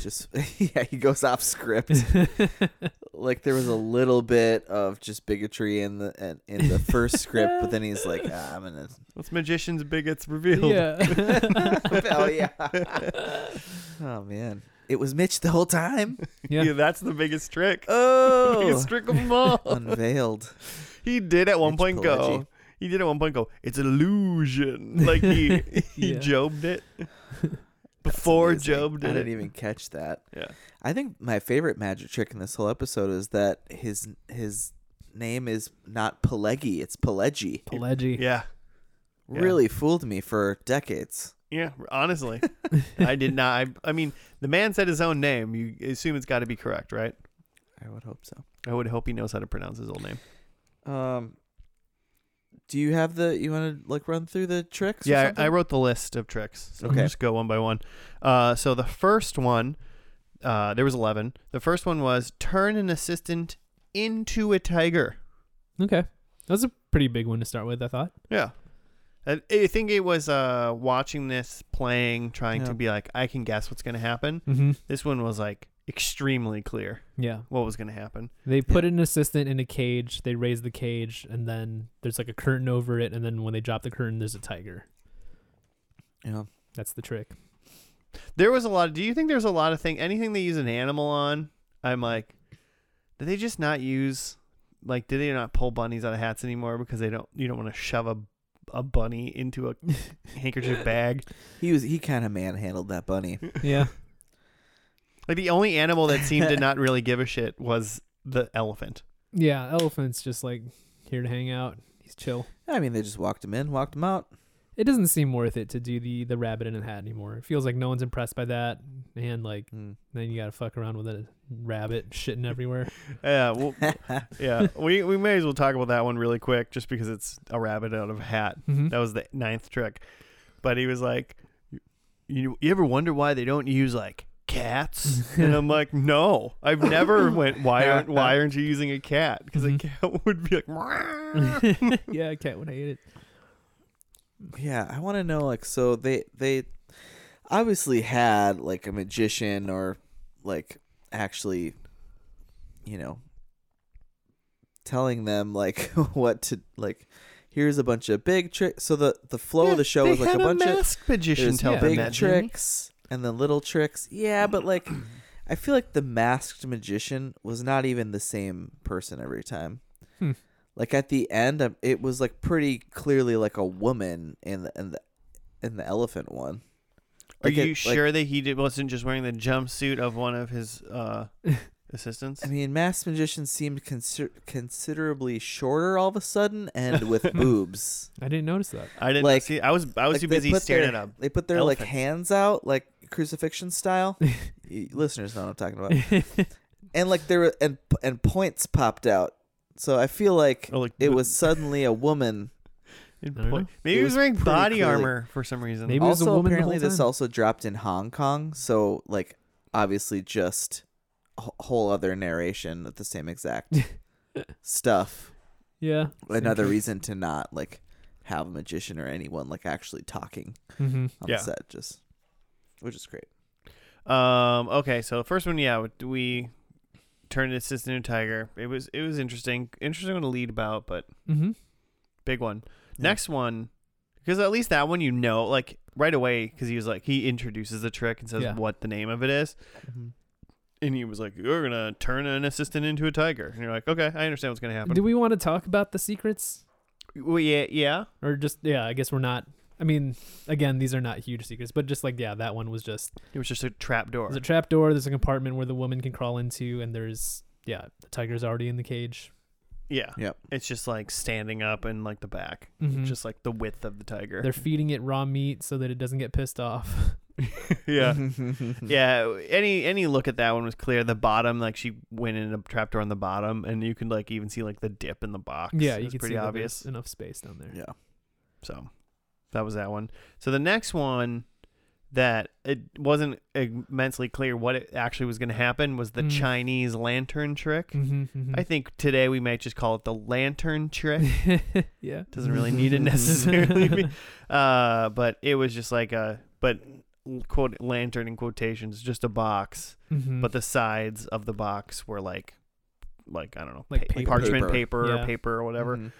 S1: Just yeah, he goes off script. like there was a little bit of just bigotry in the in, in the first script, but then he's like, ah, I'm gonna.
S3: What's magicians bigots revealed?
S2: yeah.
S1: oh yeah. oh man, it was Mitch the whole time.
S2: Yeah.
S3: Yeah, that's the biggest trick.
S1: Oh,
S3: biggest trick of them all.
S1: unveiled.
S3: he did at one
S1: Mitch
S3: point go.
S1: Pileggi.
S3: He did at one point go. It's an illusion. Like he he
S2: Yeah.
S3: jobbed it before
S1: Amazing.
S3: Job
S1: I
S3: did
S1: didn't
S3: it.
S1: even catch that.
S3: Yeah.
S1: I think my favorite magic trick in this whole episode is that his his name is not Pelegi, it's Pelegi.
S2: Pelleggi.
S3: Yeah. Yeah.
S1: Really fooled me for decades.
S3: Yeah. Honestly, I did not. I, I mean, the man said his own name. You assume it's got to be correct, right?
S1: I would hope so.
S3: I would hope he knows how to pronounce his old name.
S1: Um, do you have the? You want to like run through the tricks? or
S3: Yeah,
S1: something?
S3: I, I wrote the list of tricks. So
S1: Okay.
S3: we'll just go one by one. Uh, so the first one, uh, there was eleven. The first one was turn an assistant into a tiger.
S2: Okay. That was a pretty big one to start with, I thought.
S3: Yeah. I I think it was uh, watching this, playing, trying
S1: Yeah.
S3: to be like, I can guess what's going to happen.
S2: Mm-hmm.
S3: This one was like extremely clear
S2: Yeah.
S3: what was going to happen.
S2: They put an assistant in a cage, they raise the cage, and then there's like a curtain over it, and then when they drop the curtain, there's a tiger.
S1: Yeah.
S2: That's the trick.
S3: There was a lot. Of, do you think there's a lot of thing, anything they use an animal on? I'm like, did they just not use, like, did they not pull bunnies out of hats anymore because they don't, you don't want to shove a, a bunny into a handkerchief bag?
S1: He was he kind of manhandled that bunny.
S2: Yeah.
S3: Like, the only animal that seemed to not really give a shit was the elephant.
S2: Yeah. Elephant's just like here to hang out. He's chill.
S1: I mean, they just walked him in, walked him out.
S2: It doesn't seem worth it to do the the rabbit in a hat anymore. It feels like no one's impressed by that, and like
S1: Mm.
S2: then you gotta fuck around with a rabbit shitting everywhere.
S3: Yeah, well, yeah. We we may as well talk about that one really quick, just because it's a rabbit out of a hat.
S2: Mhm.
S3: That was the ninth trick, but he was like, "You you ever wonder why they don't use like cats?" and I'm like, "No, I've never went. Why aren't why aren't you using a cat? Because
S2: Mhm.
S3: a cat would be like, "Meow."
S2: yeah, cat would hate it.
S1: Yeah, I want to know like so they they obviously had like a magician or like actually you know telling them like what to like here's a bunch of big tricks so the the flow
S3: Yeah,
S1: of the show
S3: they
S1: was like
S3: had
S1: a bunch of
S3: masked magician
S1: there's
S3: tell
S2: yeah.
S3: them
S1: big
S3: that, didn't he?
S1: tricks and then little tricks. Yeah, but like I feel like the masked magician was not even the same person every time.
S2: Hmm.
S1: Like at the end, um, it was like pretty clearly like a woman in the in the in the elephant one.
S3: Are
S1: Like,
S3: you
S1: it- like-
S3: sure that he did, wasn't just wearing the jumpsuit of one of his uh, assistants.
S1: I mean, Masked Magician seemed consider- considerably shorter all of a sudden and with boobs.
S2: I didn't notice that.
S3: I didn't
S1: like-
S3: see. I was I was
S1: Like,
S3: too
S1: they
S3: busy
S1: put
S3: staring
S1: their,
S3: at a
S1: They put their like
S3: elephant.
S1: hands out, like crucifixion style. Y- Listeners know what I'm talking about. And like there were and and points popped out. So I feel like
S3: Oh, like
S1: it
S3: bo-
S1: was suddenly a woman.
S3: in
S2: I don't
S3: point-
S2: know.
S1: It
S3: Maybe he
S1: was
S3: was wearing
S1: pretty
S3: body
S1: clearly-
S3: armor for some reason.
S2: Maybe- it was a
S1: also,
S2: woman the
S1: apparently,
S2: whole
S1: this
S2: time.
S1: also dropped in Hong Kong. So like obviously just a wh- whole other narration of the same exact stuff.
S2: yeah.
S1: Another reason to not like have a magician or anyone like actually talking
S2: hmm
S1: on
S3: Yeah.
S1: the set, just which is great.
S3: Um. Okay. So first one, yeah, we turned assistant into tiger. It was it was interesting. Interesting one to lead about, but
S2: hmm
S3: big one.
S1: Yeah.
S3: Next one, because at least that one you know like right away because he was like he introduces the trick and says
S2: Yeah.
S3: what the name of it is, Mm-hmm. and he was like you're gonna turn an assistant into a tiger, and you're like okay I understand what's gonna happen.
S2: Do we want to talk about the secrets,
S3: well, yeah, yeah.
S2: or just yeah? I guess we're not. I mean, again, these are not huge secrets, but just like yeah, that one was just
S3: It was just a trap door.
S2: there's a trap door. There's a compartment where the woman can crawl into, and there's yeah, the tiger's already in the cage.
S3: yeah.
S1: Yep.
S3: It's just like standing up and like the back,
S2: Mhm.
S3: just like the width of the tiger.
S2: They're feeding it raw meat so that it doesn't get pissed off.
S3: yeah. Yeah, any any look at that one was clear. The bottom, like she went in a trapdoor on the bottom, and you can like even see like the dip in the box.
S2: yeah,
S3: It
S2: you
S3: was
S2: can
S3: pretty
S2: see that
S3: obvious.
S2: there's enough space down there.
S1: Yeah.
S3: So that was that one. So the next one that it wasn't immensely clear what it actually was going to happen was the
S2: Mm.
S3: Chinese lantern trick.
S2: Mm-hmm,
S3: I think today we might just call it the lantern trick.
S2: yeah.
S3: Doesn't really need it necessarily, be, uh, but it was just like a but quote lantern in quotations, just a box
S2: Mhm.
S3: but the sides of the box were like like I don't know,
S2: Like
S3: pa-
S2: paper.
S3: parchment
S1: Paper.
S3: paper
S2: Yeah.
S3: or paper or whatever.
S1: Mhm.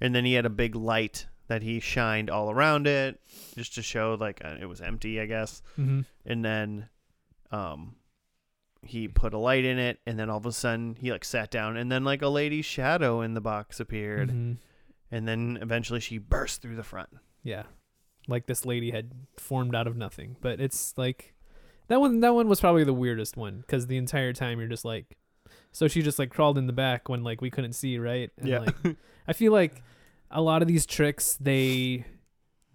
S3: And then he had a big light that he shined all around it just to show like uh, it was empty, I guess.
S2: Mhm.
S3: And then um he put a light in it and then all of a sudden he like sat down and then like a lady's shadow in the box appeared
S2: Mhm.
S3: and then eventually she burst through the front.
S2: yeah like this lady had formed out of nothing but it's like that one that one was probably the weirdest one because the entire time you're just like so she just like crawled in the back when like we couldn't see right and
S3: Yeah.
S2: like i feel like a lot of these tricks they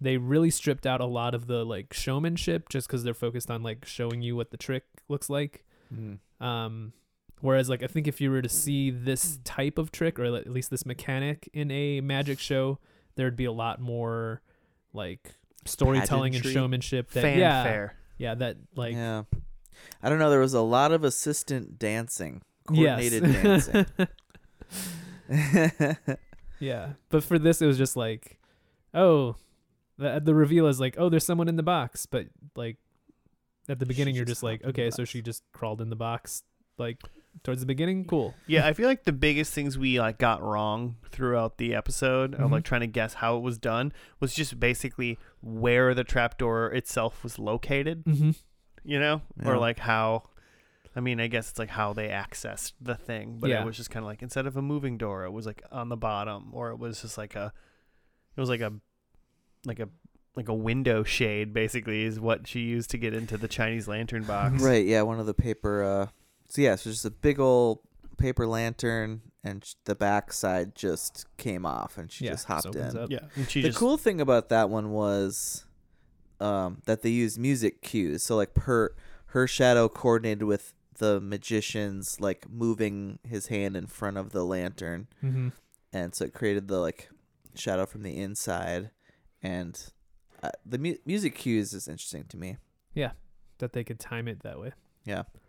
S2: they really stripped out a lot of the like showmanship just because they're focused on like showing you what the trick looks like
S1: Mhm.
S2: um, whereas, like, I think if you were to see this type of trick, or at least this mechanic in a magic show, there'd be a lot more like storytelling
S1: Pageantry?
S2: and showmanship. That,
S3: Fanfare.
S2: Yeah, yeah, that like
S1: yeah. I don't know. There was a lot of assistant dancing,
S2: yes.
S1: coordinated dancing.
S2: yeah, but for this, it was just like, oh, the, the reveal is like, oh, there's someone in the box, but like at the beginning,
S1: She
S2: you're
S1: just
S2: just like,
S1: hopped in the
S2: okay, so
S1: box.
S2: she just crawled in the box, like towards the beginning, cool.
S3: Yeah, I feel like the biggest things we like got wrong throughout the episode of
S1: Mm-hmm.
S3: like
S2: Mhm.
S3: trying to guess how it was done was just basically where the trapdoor itself was located,
S2: Mm-hmm.
S3: you know, or
S1: Yeah.
S3: like how. I mean, I guess it's like how they accessed the thing, but
S2: Yeah.
S3: it was just kind of like instead of a moving door, it was like on the bottom, or it was just like a, it was like a, like a, like a window shade basically is what she used to get into the Chinese lantern box.
S1: Right, yeah, one of the paper. Uh, so yeah, so just a big old paper lantern, and sh- the backside just came off, and she
S2: Yeah,
S1: just
S2: just
S1: hopped
S2: opens
S1: in.
S2: up.
S3: Yeah. And she
S1: The
S3: just
S1: cool thing about that one was um, that they used music cues. So like her her shadow coordinated with the magician's like moving his hand in front of the lantern,
S2: Mm-hmm.
S1: and so it created the like shadow from the inside, and uh, the mu- music cues is interesting to me.
S2: That they could time it that way.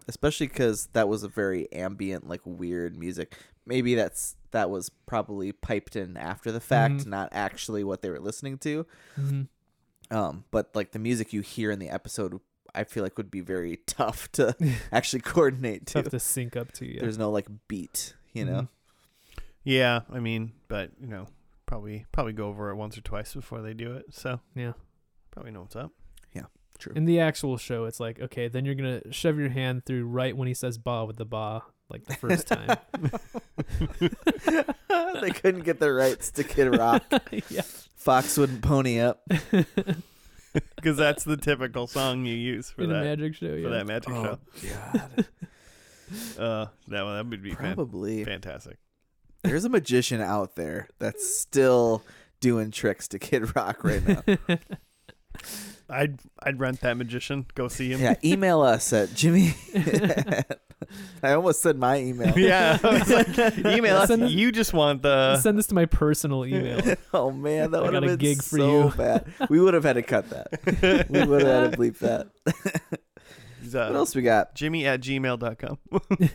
S1: especially because that was a very ambient like weird music maybe that's that was probably piped in after the fact
S2: Mhm.
S1: not actually what they were listening to
S2: Mm-hmm.
S1: um but like the music you hear in the episode i feel like would be very tough to actually coordinate to
S2: tough to sync up to. Yeah.
S1: there's no like beat you know
S3: Yeah, I mean, but you know, probably probably go over it once or twice before they do it. So
S2: Yeah.
S3: probably know what's up.
S2: In the actual show, it's like okay, then you're gonna shove your hand through right when he says "ba" with the "ba" like the Mm-hmm. first time.
S1: they couldn't get the rights to kid rock
S2: yeah.
S1: fox wouldn't pony up
S3: Because that's the typical song you use for
S2: In a
S3: that
S2: magic show.
S3: for
S2: Yeah. Oh,
S3: that magic show.
S1: god
S3: Uh, that one that would be fan-
S1: Probably.
S3: fantastic.
S1: There's a magician out there that's still doing tricks to Kid Rock right now.
S3: I'd I'd rent that magician. Go see him.
S1: yeah, email us at Jimmy. I almost said my email.
S3: Yeah, I was like, email us.
S2: Send us-
S3: You just want the
S2: Send this to my personal email.
S1: Oh man, that
S2: I
S1: would
S2: got
S1: have been
S2: a gig for
S1: so
S2: you.
S1: bad. We would have had to cut that. we would have had to bleep that.
S3: uh,
S1: What else we got?
S3: Jimmy at gmail.com.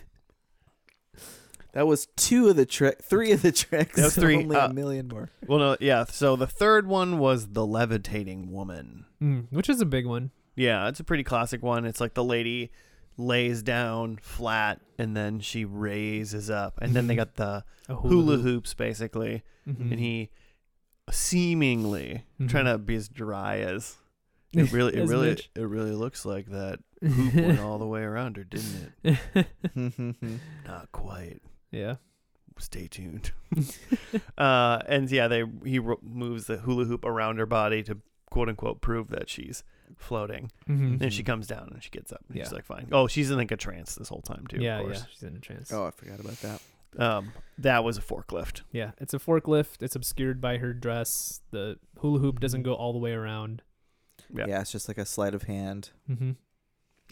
S1: That was two of the trick, three of the tricks.
S3: That was three,
S1: Only
S3: uh,
S1: a million more.
S3: well, no, yeah. So the third one was the levitating woman.
S2: Mm, which is a big one.
S3: Yeah, it's a pretty classic one. It's like the lady lays down flat and then she raises up, and then they got the
S2: A
S3: hula hoops basically,
S2: Mhm.
S3: and he seemingly
S2: Mhm.
S3: trying to be as dry as it really, it
S2: As
S3: really,
S2: much.
S3: it really looks like that hoop went all the way around her, didn't it? Not quite.
S2: yeah.
S3: stay tuned. uh, and yeah, they he ro- moves the hula hoop around her body to quote unquote prove that she's floating.
S2: hmm
S3: Then she comes down and she gets up. And She's
S2: Yeah.
S3: like, fine. Oh, she's in like a trance this whole time too. of
S2: Yeah, yeah.
S3: course.
S2: She's in a trance.
S1: oh, I forgot about that.
S3: Um, that was a forklift.
S2: Yeah, it's a forklift. It's obscured by her dress. The hula hoop doesn't
S3: Mm-hmm.
S2: go all the way around.
S3: Yeah.
S1: Yeah. it's just like a sleight of hand.
S2: Mm-hmm.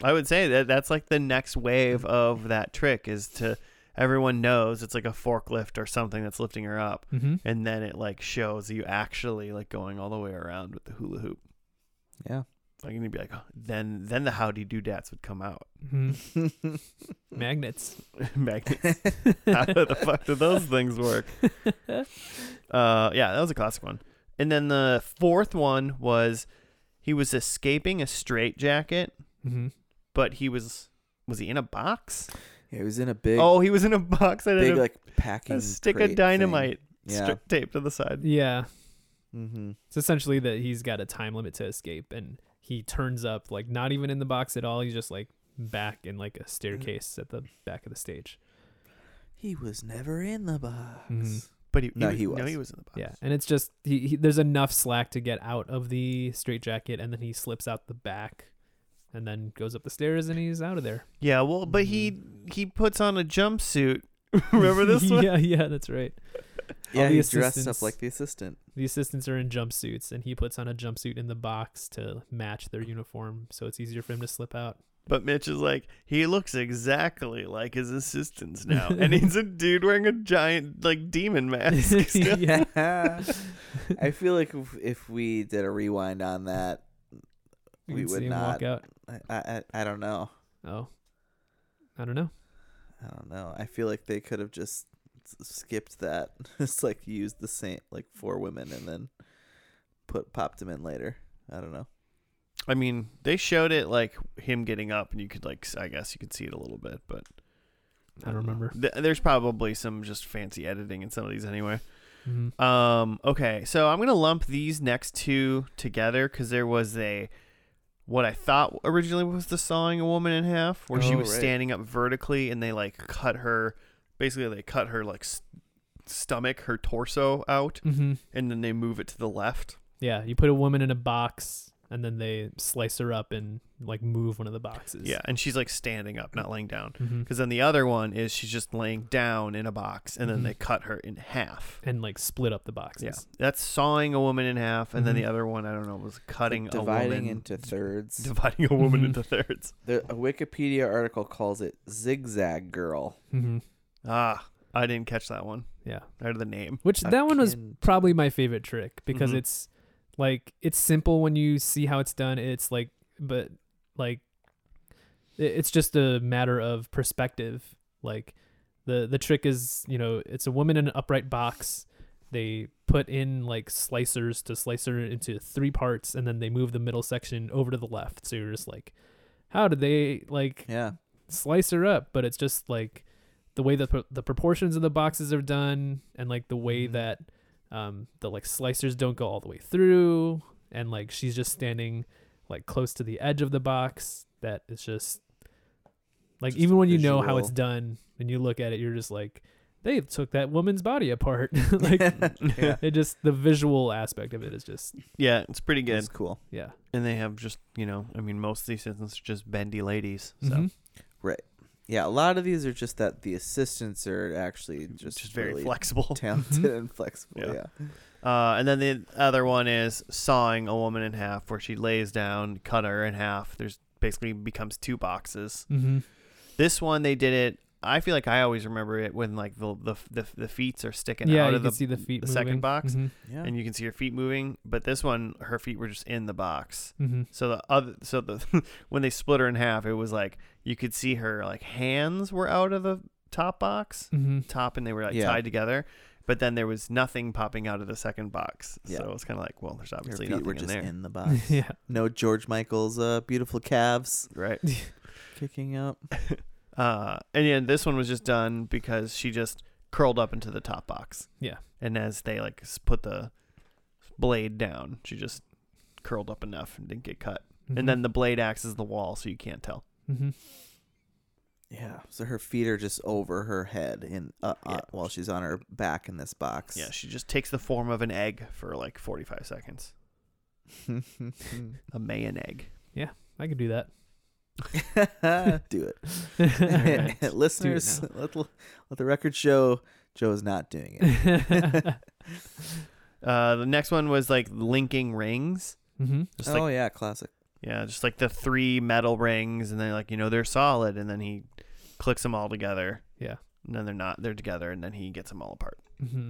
S3: I would say that that's like the next wave of that trick is to everyone knows it's like a forklift or something that's lifting her up.
S2: Mm-hmm.
S3: And then it like shows you actually like going all the way around with the hula hoop.
S1: Yeah.
S3: Like and you'd be like, oh, then then the howdy do dats would come out.
S2: hmm
S3: Mm-hmm.
S2: Magnets.
S3: Magnets. How the fuck do those things work? Uh, yeah, that was a classic one. And then the fourth one was he was escaping a straitjacket,
S2: hmm
S3: but he was was he in a box?
S1: it was in a big,
S3: oh, he was in a box. I
S1: big
S3: did a,
S1: like packing.
S3: a stick
S1: crate
S3: of
S1: thing.
S3: dynamite
S1: Yeah.
S3: stri- taped to the side.
S2: Yeah.
S1: Mm-hmm.
S2: It's essentially that he's got a time limit to escape, and he turns up like not even in the box at all. He's just like back in
S3: Mm-hmm.
S2: like a staircase at the back of the stage.
S1: He was never in the box.
S3: Mm-hmm.
S2: Mhm.
S3: But he,
S1: No, he
S3: no,
S1: was.
S3: he was in the box.
S2: Yeah, and it's just he, he there's enough slack to get out of the straitjacket, and then he slips out the back, and then goes up the stairs, and he's out of there.
S3: Yeah. Well, but he
S1: Mm-hmm.
S3: he puts on a jumpsuit. Remember this one?
S2: yeah, yeah, that's right.
S1: Yeah,
S2: the
S1: he dressed up
S2: assistants.
S1: like the assistant.
S2: The assistants are in jumpsuits, and he puts on a jumpsuit in the box to match their uniform, so it's easier for him to slip out.
S3: But Mitch is like, he looks exactly like his assistants now. and he's a dude wearing a giant, like, demon mask. still.
S2: yeah.
S1: I feel like if, if we did a rewind on that,
S2: You
S1: We
S2: can
S1: would
S2: see him walk
S1: not.
S2: out.
S1: I I, I don't know.
S2: Oh, I don't know.
S1: I don't know. I feel like they could have just s- skipped that. It's like used the same like four women and then put popped them in later. I don't know.
S3: I mean, they showed it, like, him getting up, and you could, like, s- I guess you could see it a little bit, but
S2: I don't remember.
S3: th- there's probably some just fancy editing in some of these anyway.
S2: Mhm.
S3: Um, okay, so I'm going to lump these next two together because there was a. What I thought originally was the sawing a woman in half, where she
S1: Oh,
S3: was
S1: right.
S3: standing up vertically and they like cut her, basically, they cut her like s stomach, her torso out,
S2: Mhm.
S3: and then they move it to the left.
S2: Yeah, you put a woman in a box, and then they slice her up and like move one of the boxes.
S3: Yeah, and she's like standing up, not laying down.
S2: hmm
S3: Because then the other one is she's just laying down in a box and then
S1: Mm-hmm.
S2: Mhm.
S3: they cut her in half.
S2: and like split up the boxes.
S3: Yeah, that's sawing a woman in half, and then
S2: Mhm.
S3: the other one I don't know was cutting
S1: Mm-hmm. Like,
S3: a
S1: dividing
S3: woman
S1: into Mm-hmm. thirds.
S3: dividing a woman
S2: Mhm.
S3: into thirds.
S1: The a Wikipedia article calls it zigzag girl.
S2: hmm
S3: Ah, I didn't catch that one.
S2: Yeah.
S3: Or the name.
S2: Which that one was
S1: Akin to-
S2: probably my favorite trick because
S3: Mhm.
S2: it's like it's simple when you see how it's done. It's like, but like, i- it's just a matter of perspective. Like, the the trick is you know it's a woman in an upright box. They put in like slicers to slice her into three parts, and then they move the middle section over to the left. So you're just like, how did they like
S1: Yeah.
S2: slice her up, but it's just like the way that the proportions of the boxes are done, and like the way
S3: Mm-hmm.
S1: Mhm.
S2: that um, the like slicers don't go all the way through, and like she's just standing like close to the edge of the box. That is just like
S1: Just
S2: even when you know how
S1: visual.
S2: it's done and you look at it, you're just like they took that woman's body apart. like
S1: yeah.
S2: it just the visual aspect of it is just
S3: Yeah, it's pretty good.
S1: It's cool.
S2: yeah.
S1: Mm-hmm.
S3: And they have just you know, I mean, most of these citizens are just bendy ladies. So
S2: Mhm.
S1: Right. Yeah, a lot of these are just that the assistants are actually just,
S3: Just, very
S1: really
S3: flexible.
S1: talented and flexible.
S3: Yeah.
S1: Yeah.
S3: Uh, and then the other one is sawing a woman in half, where she lays down, cut her in half. There's basically becomes two boxes.
S2: Mm-hmm.
S3: This one they did it. I feel like I always remember it when like the the the, the feet are sticking
S2: Yeah,
S3: out
S2: you
S3: of
S2: can
S3: the
S2: see the feet.
S3: the second
S2: moving.
S3: box.
S2: Mhm.
S1: Yeah.
S3: and you can see her feet moving. But this one, her feet were just in the box.
S2: Mhm.
S3: So the other, so the when they split her in half, it was like you could see her like hands were out of the top box,
S2: Mhm.
S3: top, and they were like
S1: Yeah.
S3: tied together. But then there was nothing popping out of the second box.
S1: Yeah.
S3: So it's kind of like, well, there's
S1: Your
S3: obviously
S1: feet
S3: nothing
S1: were
S3: in
S1: just
S3: there,
S1: in, the box.
S2: yeah.
S1: No George Michael's uh, beautiful calves
S3: right?
S1: kicking up.
S3: Uh, and yeah, this one was just done because she just curled up into the top box.
S2: Yeah.
S3: And as they like s- put the blade down, she just curled up enough and didn't get cut.
S2: Mm-hmm.
S3: And then the blade acts as the wall, so you can't tell.
S2: hmm
S1: Yeah. So her feet are just over her head in uh, uh,
S3: Yeah.
S1: while she's on her back in this box.
S3: Yeah, she just takes the form of an egg for like 45 seconds. A man egg.
S2: I could do that.
S1: Do it.
S3: right. Let's
S1: Listeners, let, the- let the record show Joe is not doing it.
S3: Uh, the next one was like linking rings.
S2: hmm
S3: Just
S1: Oh,
S3: like,
S1: yeah. Classic.
S3: yeah, just like the three metal rings, and then like, you know, they're solid, and then he clicks them all together.
S2: Yeah.
S3: And then they're not, they're together, and then he gets them all apart.
S2: hmm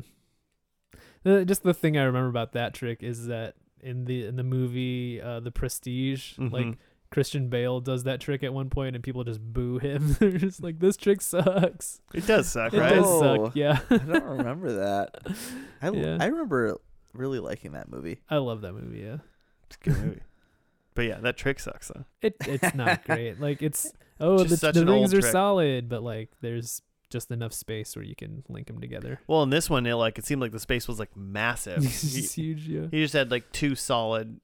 S2: The, Uh, just the thing I remember about that trick is that in the in the movie uh, The Prestige, like
S3: Mhm.
S2: Christian Bale does that trick at one point, and people just boo him. They're just like, "This trick sucks.
S3: It does suck,
S2: It
S3: right?
S2: does
S1: Oh.
S2: suck." Yeah,
S1: I don't remember that. I,
S2: Yeah.
S1: I remember really liking that movie.
S2: I love that movie. Yeah,
S3: It's a good movie. But yeah, that trick sucks though.
S2: it it's not great. Like it's oh
S3: Just
S2: the,
S3: such
S2: the
S3: an
S2: rings
S3: old
S2: are
S3: trick.
S2: solid, but like there's just enough space where you can link them together.
S3: Well, in this one, it like it seemed like the space was like massive.
S2: It's
S3: He-
S2: just huge. Yeah.
S3: He just had like two solid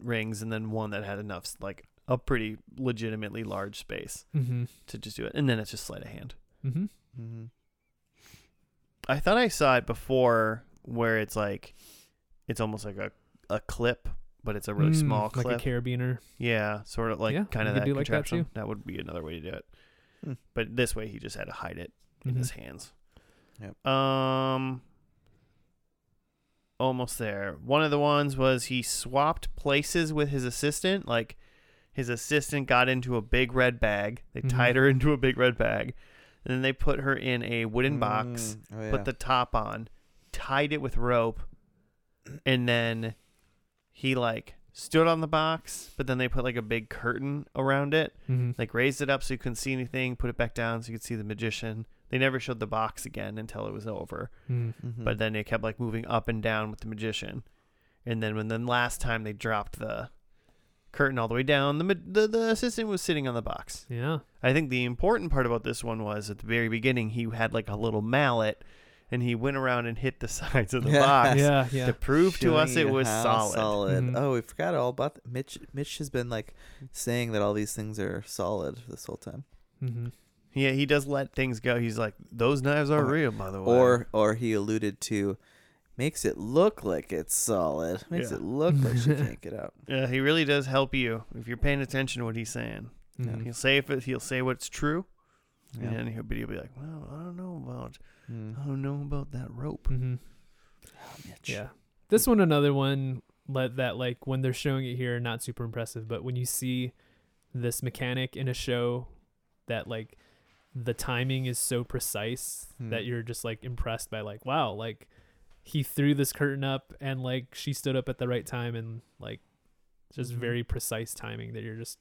S3: rings and then one that had enough, s- like a pretty legitimately large space
S2: Mm-hmm.
S3: to just do it. And then it's just sleight of hand.
S2: Mm-hmm.
S1: Mm-hmm.
S3: I thought I saw it before where it's like, it's almost like a, a clip, but it's a really small clip.
S2: Mm, like a carabiner.
S3: yeah, sort of like
S2: Yeah,
S3: kind
S2: you
S3: of
S2: could
S3: that
S2: do like that
S3: contraption.
S2: too.
S3: that, would be another way to do it.
S1: Hmm.
S3: But this way, he just had to hide it in
S2: Mhm.
S3: his hands.
S1: Yep.
S3: Um, almost there. One of the ones was he swapped places with his assistant. Like his assistant got into a big red bag. They
S2: Mhm.
S3: tied her into a big red bag, and then they put her in a wooden box,
S1: Mm, oh, yeah.
S3: put the top on, tied it with rope, and then he like stood on the box. But then they put like a big curtain around it
S2: Mm-hmm.
S3: like raised it up so you couldn't see anything, put it back down so you could see the magician. They never showed the box again until it was over.
S2: mm
S1: Mhm.
S3: But then it kept like moving up and down with the magician. And then when the last time they dropped the curtain all the way down, the ma- the, the assistant was sitting on the box.
S2: Yeah.
S3: I think the important part about this one was at the very beginning he had like a little mallet and he went around and hit the sides of the
S1: Yeah.
S3: box
S2: Yeah. Yeah.
S3: to prove to us
S1: Showing
S3: it
S1: you
S3: was
S1: how
S3: solid.
S2: Mhm.
S1: Oh, we forgot all about th- Mitch. Mitch has been like saying that all these things are solid this whole time,
S2: Mm-hmm.
S3: Yeah, he does let things go. He's like, those knives are
S1: Or-
S3: real, by the way.
S1: or or he alluded to makes it look like it's solid, makes
S3: Yeah.
S1: it look like she can't get out.
S3: Yeah, he really does help you if you're paying attention to what he's saying.
S2: Mm-hmm.
S3: He'll say if it, he'll say what's true,
S1: Yeah.
S3: and he'll be, he'll be like, "Well, I don't know about,
S1: Mm.
S3: I don't know about that rope."
S2: Mm-hmm.
S1: Oh, Mitch.
S2: Yeah. This one, another one, let that like when they're showing it here, not super impressive, but when you see this mechanic in a show that like the timing is so precise
S1: Hmm.
S2: that you're just like impressed by like, wow, like he threw this curtain up and like she stood up at the right time and like just
S1: Mhm.
S3: Mm-hmm.
S2: very precise timing that you're just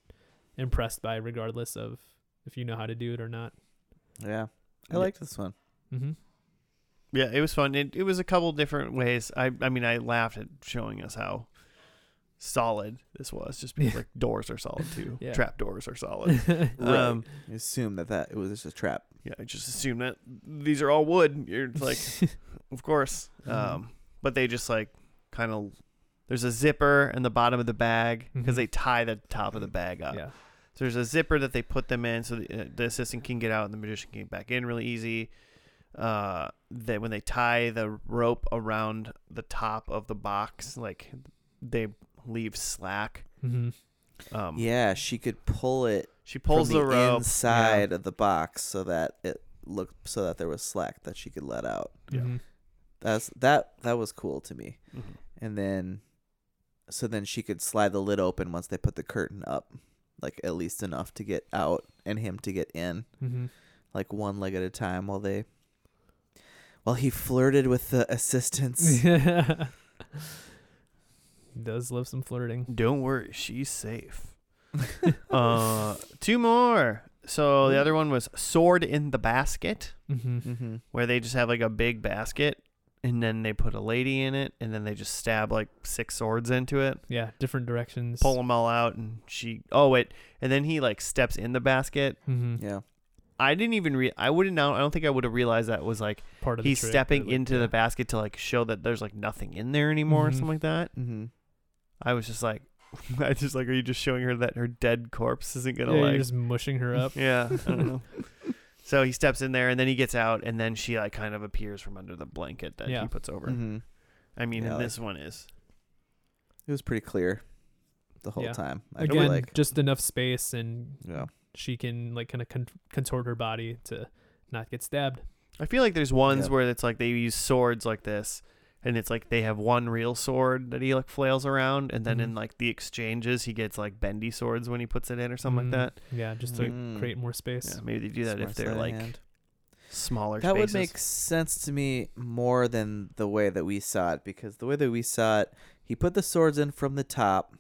S2: impressed by regardless of if you know how to do it or not.
S1: Yeah. I
S3: Yeah.
S1: liked this one.
S2: Mm-hmm.
S3: Yeah, it was fun. It, it was a couple different ways. I I mean, I laughed at showing us how solid this was, just because
S2: Yeah.
S3: like doors are solid too.
S2: Yeah.
S3: Trap doors are solid. Um,
S1: I assume that that it was just a trap.
S3: yeah, I just assume that these are all wood. You're like, of course.
S2: Mm-hmm.
S3: Um, but they just like kind of there's a zipper in the bottom of the bag because
S2: Mhm.
S3: they tie the top of the bag up.
S2: yeah.
S3: So there's a zipper that they put them in so the, uh, the assistant can get out and the magician can get back in really easy. Uh, that when they tie the rope around the top of the box, like they leave slack.
S2: Mm-hmm.
S3: Um,
S1: Yeah, she could pull it
S3: She pulls
S1: from the,
S3: rope
S1: inside of the box so that it looked so that there was slack that she could let out.
S3: Yeah.
S2: Mhm.
S1: That's that that was cool to me.
S3: Yeah. Mhm.
S1: And then so then she could slide the lid open once they put the curtain up, like at least enough to get out and him to get in,
S2: Mhm.
S1: like one leg at a time while they while he flirted with the assistants.
S2: He does love some flirting.
S3: Don't worry, she's safe. uh, two more. So the other one was sword in the basket,
S2: Mm-hmm.
S3: Mm.
S1: mm-hmm.
S3: where they just have like a big basket, and then they put a lady in it, and then they just stab like six swords into it,
S2: Yeah, different directions.
S3: pull them all out, and she. Oh wait, and then he like steps in the basket.
S2: hmm
S1: Yeah.
S3: I didn't even re. I wouldn't know. I don't think I would have realized that was like
S2: Part of the
S3: he's
S2: trick,
S3: stepping
S2: really.
S3: into the basket to like show that there's like nothing in there anymore or
S2: Mhm.
S3: something like that.
S1: Mm-hmm.
S3: I was just like, I just like, are you just showing her that her dead corpse isn't gonna
S2: Yeah, you're
S3: like,
S2: just mushing her up.
S3: yeah, I don't know. So he steps in there and then he gets out and then she like kind of appears from under the blanket that
S2: Yeah.
S3: he puts over.
S1: Mm-hmm.
S3: I mean,
S1: Yeah,
S3: and
S1: like-
S3: this one is
S1: It was pretty clear the whole
S2: Yeah.
S1: time. I feel
S2: Again,
S1: like
S2: just enough space, and
S1: yeah.
S2: she can like kind of con- contort her body to not get stabbed.
S3: I feel like there's ones
S1: Yeah.
S3: where it's like they use swords like this, and it's like they have one real sword that he like flails around, and then
S2: Mhm.
S1: Mm-hmm.
S3: in like the exchanges he gets like bendy swords when he puts it in or something
S2: Mhm.
S3: like that.
S2: Yeah, just to
S1: Mm.
S2: create more space.
S3: Yeah, maybe they do that
S1: Smart
S3: if they're
S1: sleight of
S3: like
S1: hand.
S3: smaller.
S1: That would
S3: spaces.
S1: make sense to me more than the way that we saw it because the way that we saw it, he put the swords in from the top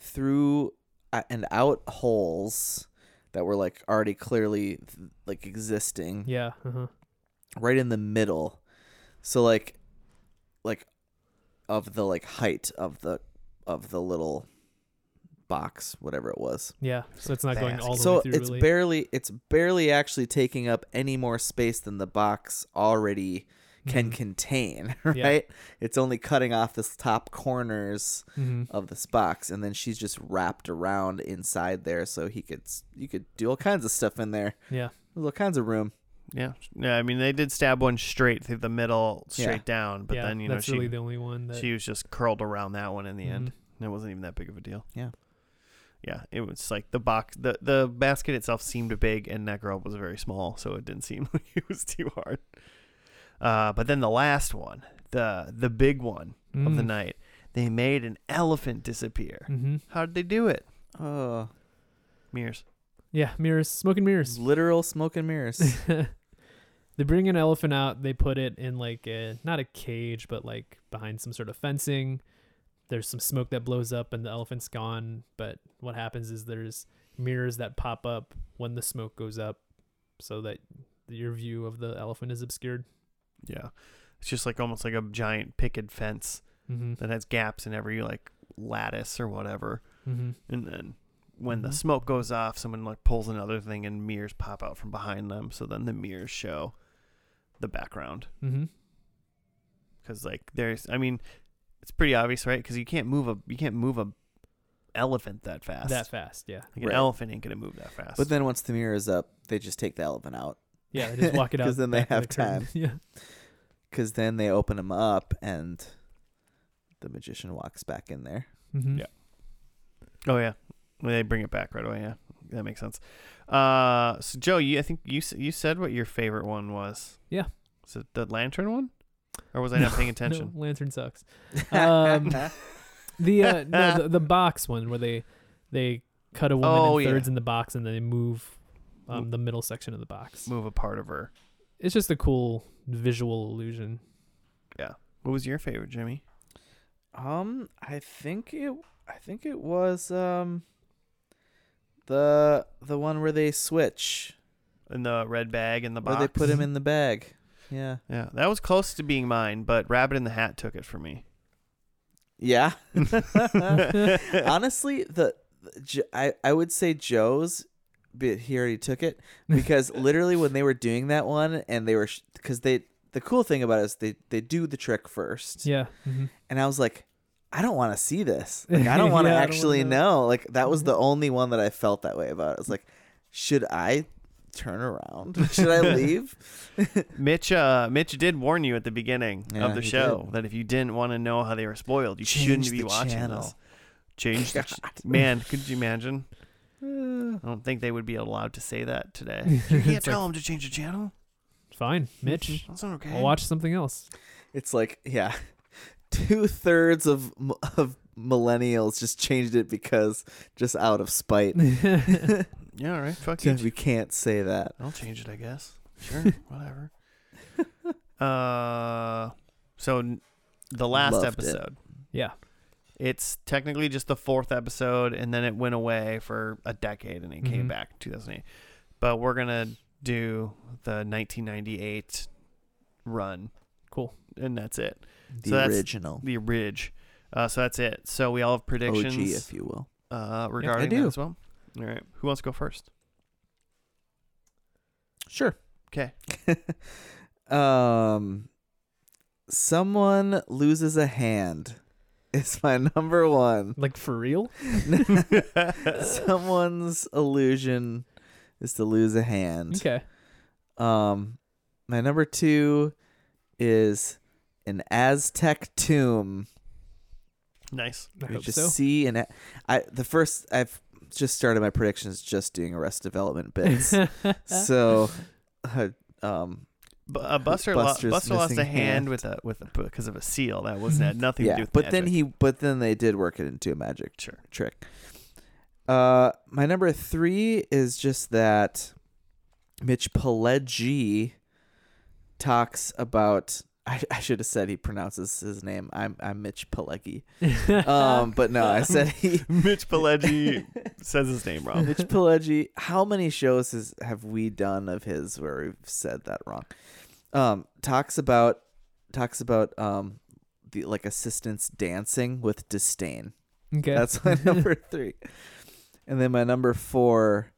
S1: through uh, and out holes that were like already clearly like existing
S2: Yeah. Uh-huh.
S1: right in the middle. So like like of the like height of the of the little box whatever it was.
S2: Yeah. So it's not going
S3: Fast.
S2: all the
S1: so
S2: way through.
S1: it's
S2: really.
S1: barely it's barely actually taking up any more space than the box already can
S2: Mhm.
S1: contain
S2: Yeah.
S1: right it's only cutting off this top corners
S2: Mhm.
S1: of this box and then she's just wrapped around inside there so he could s- you could do all kinds of stuff in there
S2: Yeah.
S1: there's all kinds of room
S3: Yeah, yeah. I mean, they did stab one straight through the middle, straight
S1: Yeah.
S3: down. But
S2: yeah,
S3: then you know
S2: that's
S3: she
S2: really the only one that.
S3: she was just curled around that one in the end.
S2: Mhm.
S3: And it wasn't even that big of a deal.
S1: Yeah.
S3: yeah. It was like the box, the the basket itself seemed big, and that girl was very small, so it didn't seem like it was too hard. Uh, but then the last one, the the big one of the
S2: Mm.
S3: night, they made an elephant disappear.
S2: Mhm.
S3: How did they do it?
S1: oh
S3: Mears.
S2: Yeah, mirrors, smoke and mirrors.
S1: literal smoke and mirrors
S2: they bring an elephant out. They put it in like a not a cage, but like behind some sort of fencing. There's some smoke that blows up, and the elephant's gone. But what happens is there's mirrors that pop up when the smoke goes up, so that your view of the elephant is obscured.
S3: Yeah, it's just like almost like a giant picket fence
S2: Mm-hmm.
S3: that has gaps in every like lattice or whatever.
S2: Mm-hmm.
S3: And then when the
S2: Mhm.
S3: smoke goes off, someone like pulls another thing and mirrors pop out from behind them. So then the mirrors show the background
S2: Mm-hmm.
S3: because like there's, I mean, it's pretty obvious, right? Because you can't move a you can't move a elephant that fast.
S2: That fast, yeah,
S3: Like, an
S1: Right.
S3: elephant ain't gonna move that fast.
S1: but then once the mirror is up they just take the elephant out
S2: yeah. They just walk it out
S1: 'Cause then they
S2: back of
S1: have
S2: the curtain.
S1: time.
S2: yeah,
S1: because then they open him up and the magician walks back in there
S2: mm-hmm.
S3: Yeah. oh yeah, Well, they bring it back right away. Yeah, that makes sense. Uh, so Joe, you I think you s- you said what your favorite one was.
S2: Yeah.
S3: Is it the lantern one, or was I not paying attention?
S2: No, lantern sucks. Um, The uh, no, the, the box one where they they cut a woman
S3: Oh,
S2: in
S3: yeah.
S2: thirds in the box and then they move um, the middle section of the box.
S3: Move a part of her.
S2: It's just a cool visual illusion.
S3: What was your favorite, Jimmy?
S1: Um, I think it. I think it was um. The the one where they switch,
S3: in the red bag in the
S1: where
S3: box.
S1: they put him in the bag. Yeah.
S3: Yeah, that was close to being mine, but Rabbit in the Hat took it for me.
S1: Yeah. Honestly, the, the Jo- I I would say Joe's, but he already took it because literally when they were doing that one and they were because they the cool thing about it is they they do the trick first.
S2: Yeah. Mhm.
S1: and I was like, I don't want to see this. Like, I don't want to
S2: Yeah, I don't
S1: actually
S2: wanna-
S1: know. Like, that was the only one that I felt that way about. I was like, should I turn around? Should I leave?
S3: Mitch, uh, Mitch did warn you at the beginning
S1: Yeah,
S3: of the
S1: he
S3: show that if you didn't want to know how they were spoiled, you
S1: Change
S3: shouldn't be
S1: the
S3: watching
S1: channel.
S3: this. Change the ch- man. Could you imagine?
S2: Uh,
S3: I don't think they would be allowed to say that today. You can't
S2: It's like-
S3: tell them to change the channel.
S2: fine, Mitch.
S3: That's not okay.
S2: I'll watch something else.
S1: It's like yeah, two thirds of m- of millennials just changed it because just out of spite.
S3: Yeah, all right. Fuck you.
S1: Dude, we can't say that.
S3: I'll change it, I guess. Sure, whatever. Uh, so n- the last
S1: Loved it.
S3: episode.
S2: Yeah.
S3: It's technically just the fourth episode, and then it went away for a decade, and it came
S2: Mhm.
S3: back 2008. But we're gonna do the 1998 run.
S2: Cool.
S3: and that's it.
S1: The
S3: So that's
S1: original
S3: The ridge. Uh, so that's it. So we all have predictions
S1: OG, if you will.
S3: uh, regarding
S1: do.
S3: that as well. All right, who wants to go first?
S1: Sure.
S3: 'Kay.
S1: um, someone loses a hand. Is my number one.
S2: Like for real?
S1: Someone's illusion is to lose a hand.
S2: Okay.
S1: Um, my number two is an Aztec tomb.
S3: nice.
S2: I
S1: We
S2: hope
S1: just
S2: so.
S1: see an. a- I the first I've just started my predictions, just doing Arrest Development bits. so, uh, um,
S3: B- uh, Buster, lo-
S1: Buster's
S3: Buster lost a
S1: missing
S3: hand,
S1: hand.
S3: with a with a, because of a seal that was had nothing to
S1: yeah,
S3: do with
S1: but then
S3: magic.
S1: he, but then they did work it into a magic
S3: sure
S1: trick. Uh, my number three is just that Mitch Pileggi talks about. I, I should have said he pronounces his name. I'm I'm Mitch Pileggi. Um, but no, I said he.
S3: Mitch Pileggi says his name wrong.
S1: Mitch Pileggi. How many shows has, have we done of his where we've said that wrong? Um, talks about talks about um the like assistants dancing with disdain.
S2: okay.
S1: That's my number three. And then my number four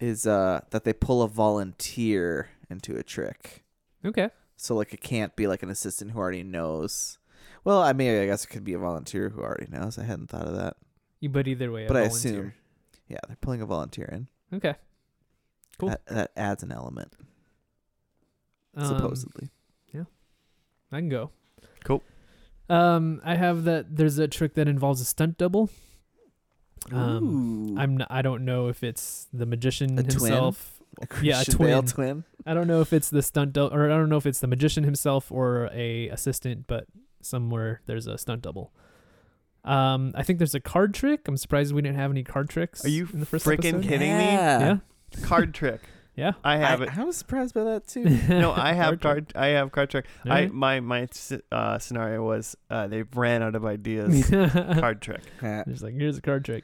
S1: is uh that they pull a volunteer into a trick.
S2: okay.
S1: So like it can't be like an assistant who already knows. Well, I mean, I guess it could be a volunteer who already knows. I hadn't thought of that,
S2: You- But either way, a
S1: but I assume,
S2: volunteer.
S1: yeah, they're pulling a volunteer in.
S2: Okay. Cool.
S1: That, that adds an element,
S2: Um,
S1: supposedly.
S2: I can go.
S3: Cool.
S2: Um, I have that. There's a trick that involves a stunt double. Um,
S1: Ooh,
S2: I'm. N- I don't know if it's the magician
S1: A twin?
S2: himself.
S1: a
S2: yeah, a
S1: Christian Bale
S2: twin.
S1: twin.
S2: I don't know if it's the stunt double, or I don't know if it's the magician himself or a assistant, but somewhere there's a stunt double. Um, I think there's a card trick. I'm surprised we didn't have any card tricks.
S3: Are you
S2: in the first
S3: frickin'
S2: episode.
S3: kidding? me?
S1: Yeah,
S2: Yeah,
S3: Card trick.
S2: yeah.
S3: I have
S1: I,
S3: it.
S1: I was surprised by that too.
S3: No, I have card. I have card trick. I
S2: Alright.
S3: my my s- uh, scenario was uh, they ran out of ideas. card trick.
S1: Yeah.
S2: There's like here's a card trick.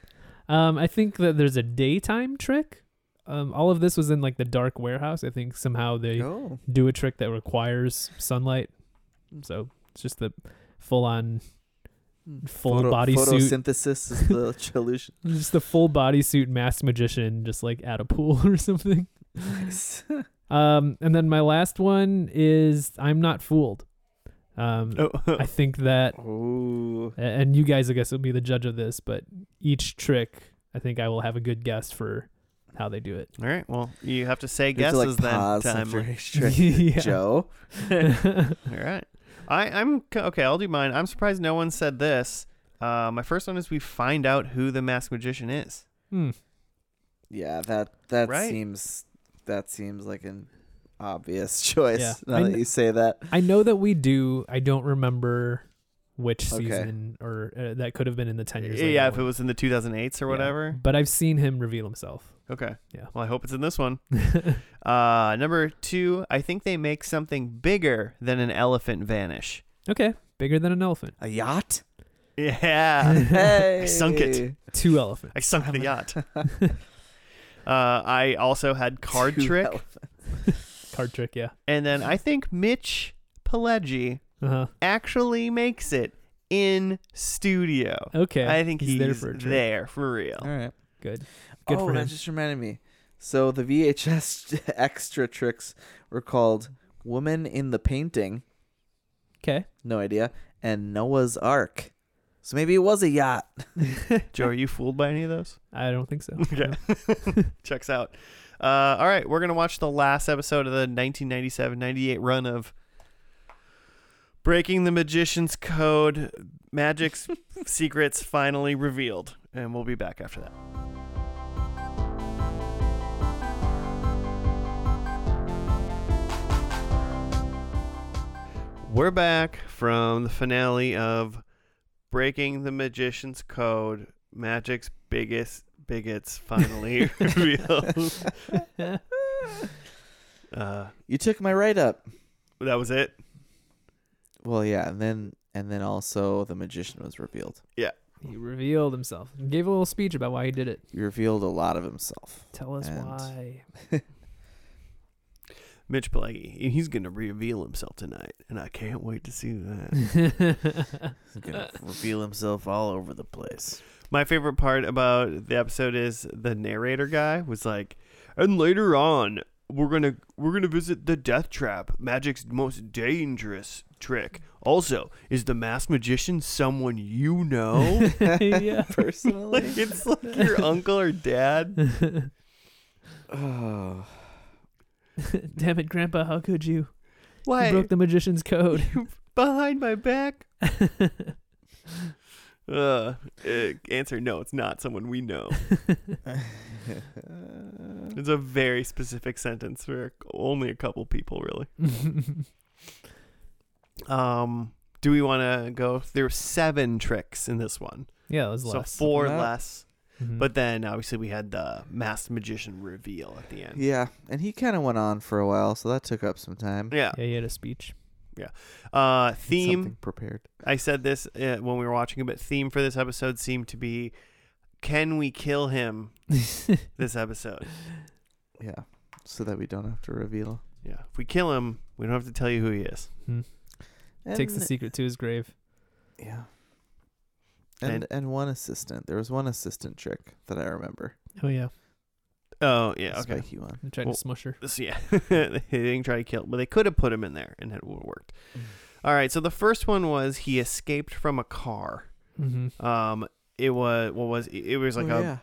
S2: Um, I think that there's a daytime trick. Um, all of this was in like the dark warehouse. I think somehow they
S1: oh,
S2: do a trick that requires sunlight, so it's just the full on,
S1: Hmm.
S2: full
S1: Photo-
S2: body suit,
S1: photosynthesis is the illusion.
S2: just the full bodysuit masked magician, just like at a pool or something.
S1: Nice.
S2: Um, and then my last one is I'm not fooled. Um,
S3: Oh.
S2: I think that
S1: Ooh.
S2: A- and you guys i guess will be the judge of this but each trick i think i will have a good guess for how they do it
S3: All right. Well, you have to say
S1: You have to,
S3: guesses
S1: like, pause
S3: then.
S1: after
S3: Time.
S1: each trick.
S2: Yeah.
S1: Joe.
S2: Hmm.
S3: All right. I, I'm c- okay. I'll do mine. I'm surprised no one said this. Uh, my first one is we find out who the masked magician is.
S2: Hmm.
S1: Yeah, that that
S3: Right.
S1: seems that seems like an obvious choice.
S2: Yeah.
S1: Now
S2: I
S1: that
S2: kn-
S1: you say that,
S2: i know that we do i don't remember which
S1: Okay.
S2: season or uh, that could have been in the 10 years later
S3: Yeah, if it
S2: one.
S3: was in the 2008s or
S2: Yeah.
S3: whatever.
S2: but i've seen him reveal himself
S3: Okay.
S2: Yeah.
S3: Well, I hope it's in this one. Uh, number two, I think they make something bigger than an elephant vanish.
S2: okay bigger than an elephant
S1: a yacht.
S3: Yeah.
S1: hey,
S3: sunk it.
S2: two elephants
S3: I sunk the yacht. uh, I also had card
S1: Two
S3: trick.
S1: elephants.
S2: card trick yeah
S3: And then I think Mitch Pileggi
S2: uh-huh
S3: actually makes it in studio.
S2: okay
S3: I think he's,
S2: there for a trick.
S3: there for real.
S1: All right.
S2: good good
S1: oh,
S2: for
S1: that
S2: him
S1: just reminded me. So the VHS extra tricks were called "Woman in the Painting."
S2: okay
S1: No idea. And Noah's Ark. So maybe it was a yacht.
S3: Joe, are you fooled by any of those?
S2: i don't think so
S3: Okay. Checks out. Uh, all right, we're going to watch the last episode of the 1997 98 run of Breaking the Magician's Code Magic's Secrets Finally Revealed. And we'll be back after that. We're back from the finale of Breaking the Magician's Code, Magic's biggest bigots finally revealed. Uh,
S1: You took my write up.
S3: that was it.
S1: Well, yeah, and then and then also the magician was revealed.
S2: He revealed himself and gave a little speech about why he did it.
S1: He revealed a lot of himself.
S2: Tell us
S1: And-
S2: why.
S3: Mitch Pelagi, he's going to reveal himself tonight, and I can't wait to see that.
S1: He's gonna
S2: Uh.
S1: reveal himself all over the place.
S3: My favorite part about the episode is the narrator guy was like, and later on we're gonna we're gonna visit the death trap, magic's most dangerous trick. Also, is the masked magician someone you know?
S2: yeah.
S1: Oh. Personally,
S3: like it's like your uncle or dad.
S1: oh,
S2: Damn it, Grandpa! How could you? You
S3: Why
S2: broke the magician's code.
S3: behind my back? Uh, uh, answer no, it's not someone we know. It's a very specific sentence for only a couple people, really. Um, do we want to go? There were seven tricks in this one,
S2: yeah, it was
S3: so
S2: less.
S3: four
S1: Yeah.
S3: less.
S2: Mhm.
S3: But then obviously we had the masked magician reveal at the end.
S1: yeah, and he kind of went on for a while, so that took up some time.
S3: Yeah.
S2: yeah, he had a speech.
S3: Uh, theme.
S1: Something prepared.
S3: I said this uh, when we were watching it, but theme for this episode seemed to be, can we kill him? This episode.
S1: Yeah, so that we don't have to reveal.
S3: yeah. If we kill him, we don't have to tell you who he is.
S2: Takes the
S1: And-
S2: secret to his grave.
S1: Yeah. And,
S3: And-
S1: and one assistant. There was one assistant trick that I remember.
S2: Oh yeah,
S3: Oh
S1: the
S3: yeah. Okay.
S1: Spiky one.
S2: I tried
S3: Well-
S2: to smush her.
S3: So yeah, they didn't try to kill, but they could have put him in there, and it would have worked.
S1: Mm-hmm.
S3: All right. So the first one was he escaped from a car.
S2: Mm-hmm.
S3: Um, it was what was it it was like
S1: Oh,
S3: a
S1: yeah.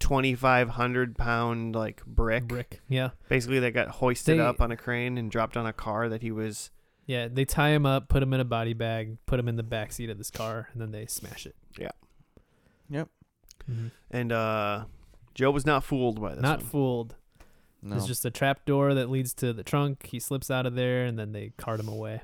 S3: twenty five hundred pound like brick.
S2: Brick. Yeah,
S3: Basically, that got hoisted
S2: They-
S3: up on a crane and dropped on a car that he was.
S2: yeah. They tie him up, put him in a body bag, put him in the back seat of this car, and then they smash it.
S3: Yeah.
S1: Yep.
S2: Mhm.
S3: And uh, Joe was not fooled by this.
S2: Not
S3: one.
S2: fooled.
S1: No.
S2: It's just a trap door that leads to the trunk. He slips out of there, and then they cart him away.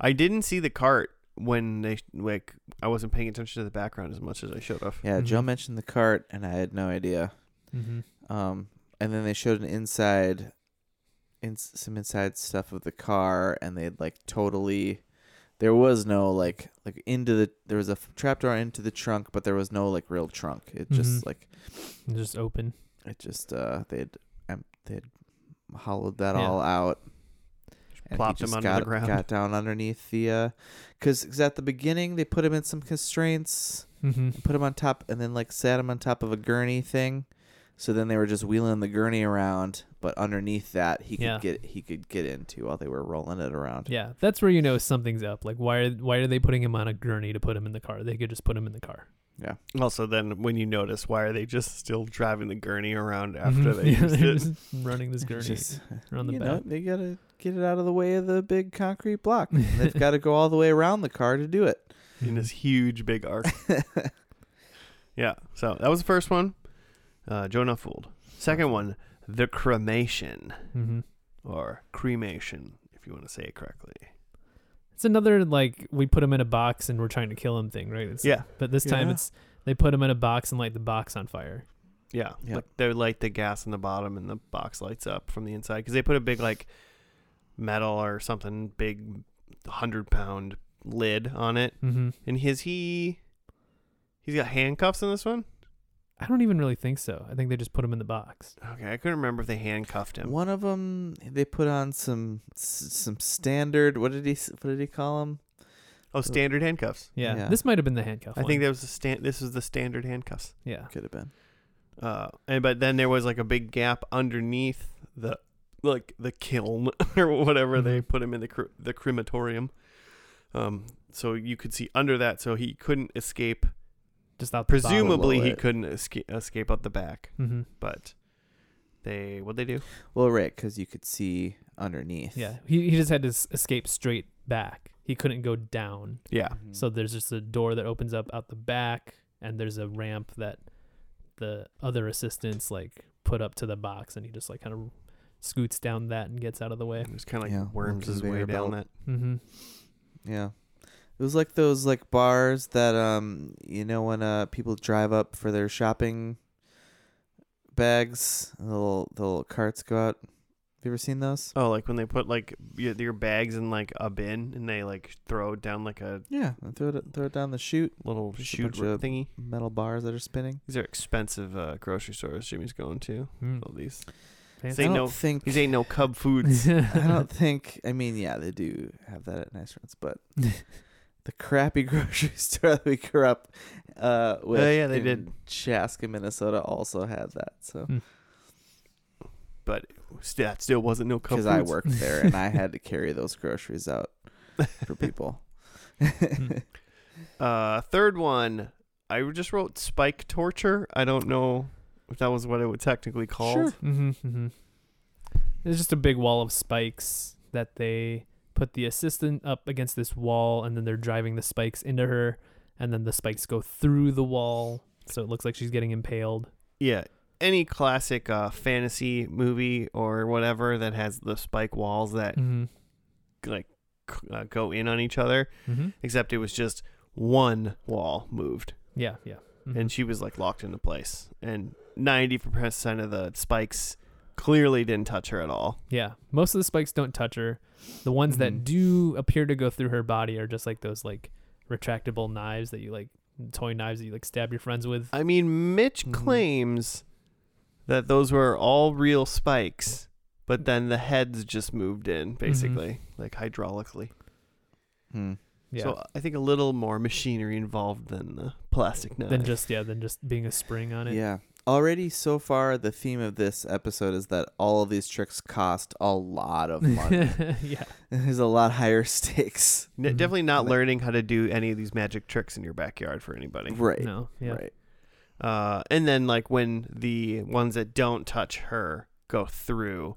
S3: I didn't see the cart when they like. I wasn't paying attention to the background as much as I should have.
S1: yeah, Joe
S2: Mhm.
S1: mentioned the cart, and I had no idea.
S2: Mm-hmm.
S1: Um, and then they showed an inside, in some inside stuff of the car, and they'd like totally. There was no like like into the there was a f- trapdoor into the trunk, but there was no like real trunk. It just
S2: Mhm.
S3: Mm-hmm.
S1: like
S2: Just open.
S1: it just uh they'd um, they'd hollowed that
S2: Yeah.
S1: all out and he
S3: Plopped him
S1: just
S3: under
S1: got,
S3: the ground.
S1: got down underneath the because cause at the beginning they put him in some constraints
S2: Mm-hmm.
S1: put him on top and then like sat him on top of a gurney thing so then they were just wheeling the gurney around but underneath that he could
S2: Yeah.
S1: get he could get into while they were rolling it around
S2: Yeah, that's where you know something's up. Like, why are why are they putting him on a gurney to put him in the car? They could just put him in the car.
S3: Also, then when you notice, why are they just still driving the gurney around after
S2: Mhm.
S3: they
S2: Yeah,
S3: used
S2: they're
S3: it?
S2: just running this gurney
S1: Just-
S2: around the
S1: you
S2: back.
S1: know they gotta get it out of the way of the big concrete block they've got to go all the way around the car to do it
S3: in this huge big arc. yeah. So that was the first one. Uh, Joe not fooled. Second one, the cremation
S2: hmm
S3: or cremation, if you want to say it correctly.
S2: It's another like we put him in a box and we're trying to kill him thing, right? It's,
S3: Yeah.
S2: But this time
S1: Yeah.
S2: it's they put him in a box and light the box on fire.
S3: Yeah.
S1: Yep.
S3: Like they light the gas in the bottom and the box lights up from the inside because they put a big like metal or something big hundred pound lid on it.
S2: Mm-hmm.
S3: And his he he's got handcuffs in this one.
S2: I don't even really think so. I think they just put him in the box.
S3: Okay, I couldn't remember if they handcuffed him.
S1: One of them, they put on some s- some standard. What did he s- What did he call them?
S3: Oh, standard handcuffs.
S2: Yeah.
S1: Yeah.
S2: This might have been the handcuff.
S3: I think
S2: one.
S3: that was the stand. This was the standard handcuffs.
S2: Yeah.
S1: Could have been.
S3: Uh, and but then there was like a big gap underneath the like the kiln or whatever they
S2: Mhm.
S3: put him in the cre- the crematorium. Um, so you could see under that, so he couldn't escape.
S2: Just out.
S3: Presumably, he
S1: it.
S3: couldn't escape escape out the back.
S2: Mm-hmm.
S3: But they what they do?
S1: Well, right, because you could see underneath.
S2: Yeah. He he just had to s- escape straight back. He couldn't go down.
S3: Yeah,
S1: Mhm.
S2: So there's just a door that opens up out the back, and there's a ramp that the other assistants like put up to the box, and he just like kind of scoots down that and gets out of the way.
S3: It was kind of like
S1: Yeah,
S3: worms his way
S1: conveyor belt.
S3: down that.
S2: Mm-hmm.
S1: Yeah. It was like those like bars that um you know when uh people drive up for their shopping bags, the little the little carts go out. Have you ever seen those?
S3: Oh, like when they put like your, your bags in like a bin and they like throw it down like a
S1: Yeah, and throw it throw it down the chute,
S3: little
S1: Just a
S3: chute
S1: bunch of-
S3: thingy.
S1: metal bars that are spinning.
S3: These are expensive uh, grocery stores Jimmy's going to.
S2: Mm-hmm.
S3: All these.
S2: Fancy.
S3: They
S1: I don't
S3: know-
S1: think
S3: These ain't no Cub Foods.
S2: Mm-hmm,
S1: I don't think I mean yeah, they do have that at nice restaurants, but the crappy grocery store that we grew up uh with
S3: Oh, yeah, they
S1: in
S3: did.
S1: Chaska, Minnesota also had that. So
S3: but st- that still wasn't no Cub
S1: because
S3: Foods.
S1: I worked there and I had to carry those groceries out for people.
S3: Uh, third one, I just wrote spike torture. I don't know if that was what it would technically called.
S2: hmm hmm It's just a big wall of spikes that they put the assistant up against this wall, and then they're driving the spikes into her, and then the spikes go through the wall, so it looks like she's getting impaled.
S3: Yeah. Any classic uh, fantasy movie or whatever that has the spike walls that
S2: Mm-hmm.
S3: like c- uh, go in on each other,
S2: Mm-hmm.
S3: except it was just one wall moved,
S2: Yeah, yeah. Mhm.
S3: and she was like locked into place. And ninety percent of the spikes clearly didn't touch her at all.
S2: Yeah, most of the spikes don't touch her. The ones
S1: Mhm.
S2: that do appear to go through her body are just like those like retractable knives that you like toy knives that you like stab your friends with.
S3: I mean, Mitch
S2: Mhm.
S3: claims that those were all real spikes, but then the heads just moved in,
S2: Mm-hmm.
S3: basically, like hydraulically.
S1: Hmm.
S2: Yeah.
S3: So I think a little more machinery involved than the plastic knife.
S2: than just yeah, than just being a spring on it.
S1: Yeah. Already so far, the theme of this episode is that all of these tricks cost a lot of money.
S2: yeah.
S1: There's a lot higher stakes.
S3: N-
S2: Mhm.
S3: definitely not
S1: Ma-
S3: learning how to do any of these magic tricks in your backyard for anybody.
S1: Right.
S2: No. Yeah.
S1: Right.
S3: Uh, and then like when the ones that don't touch her go through,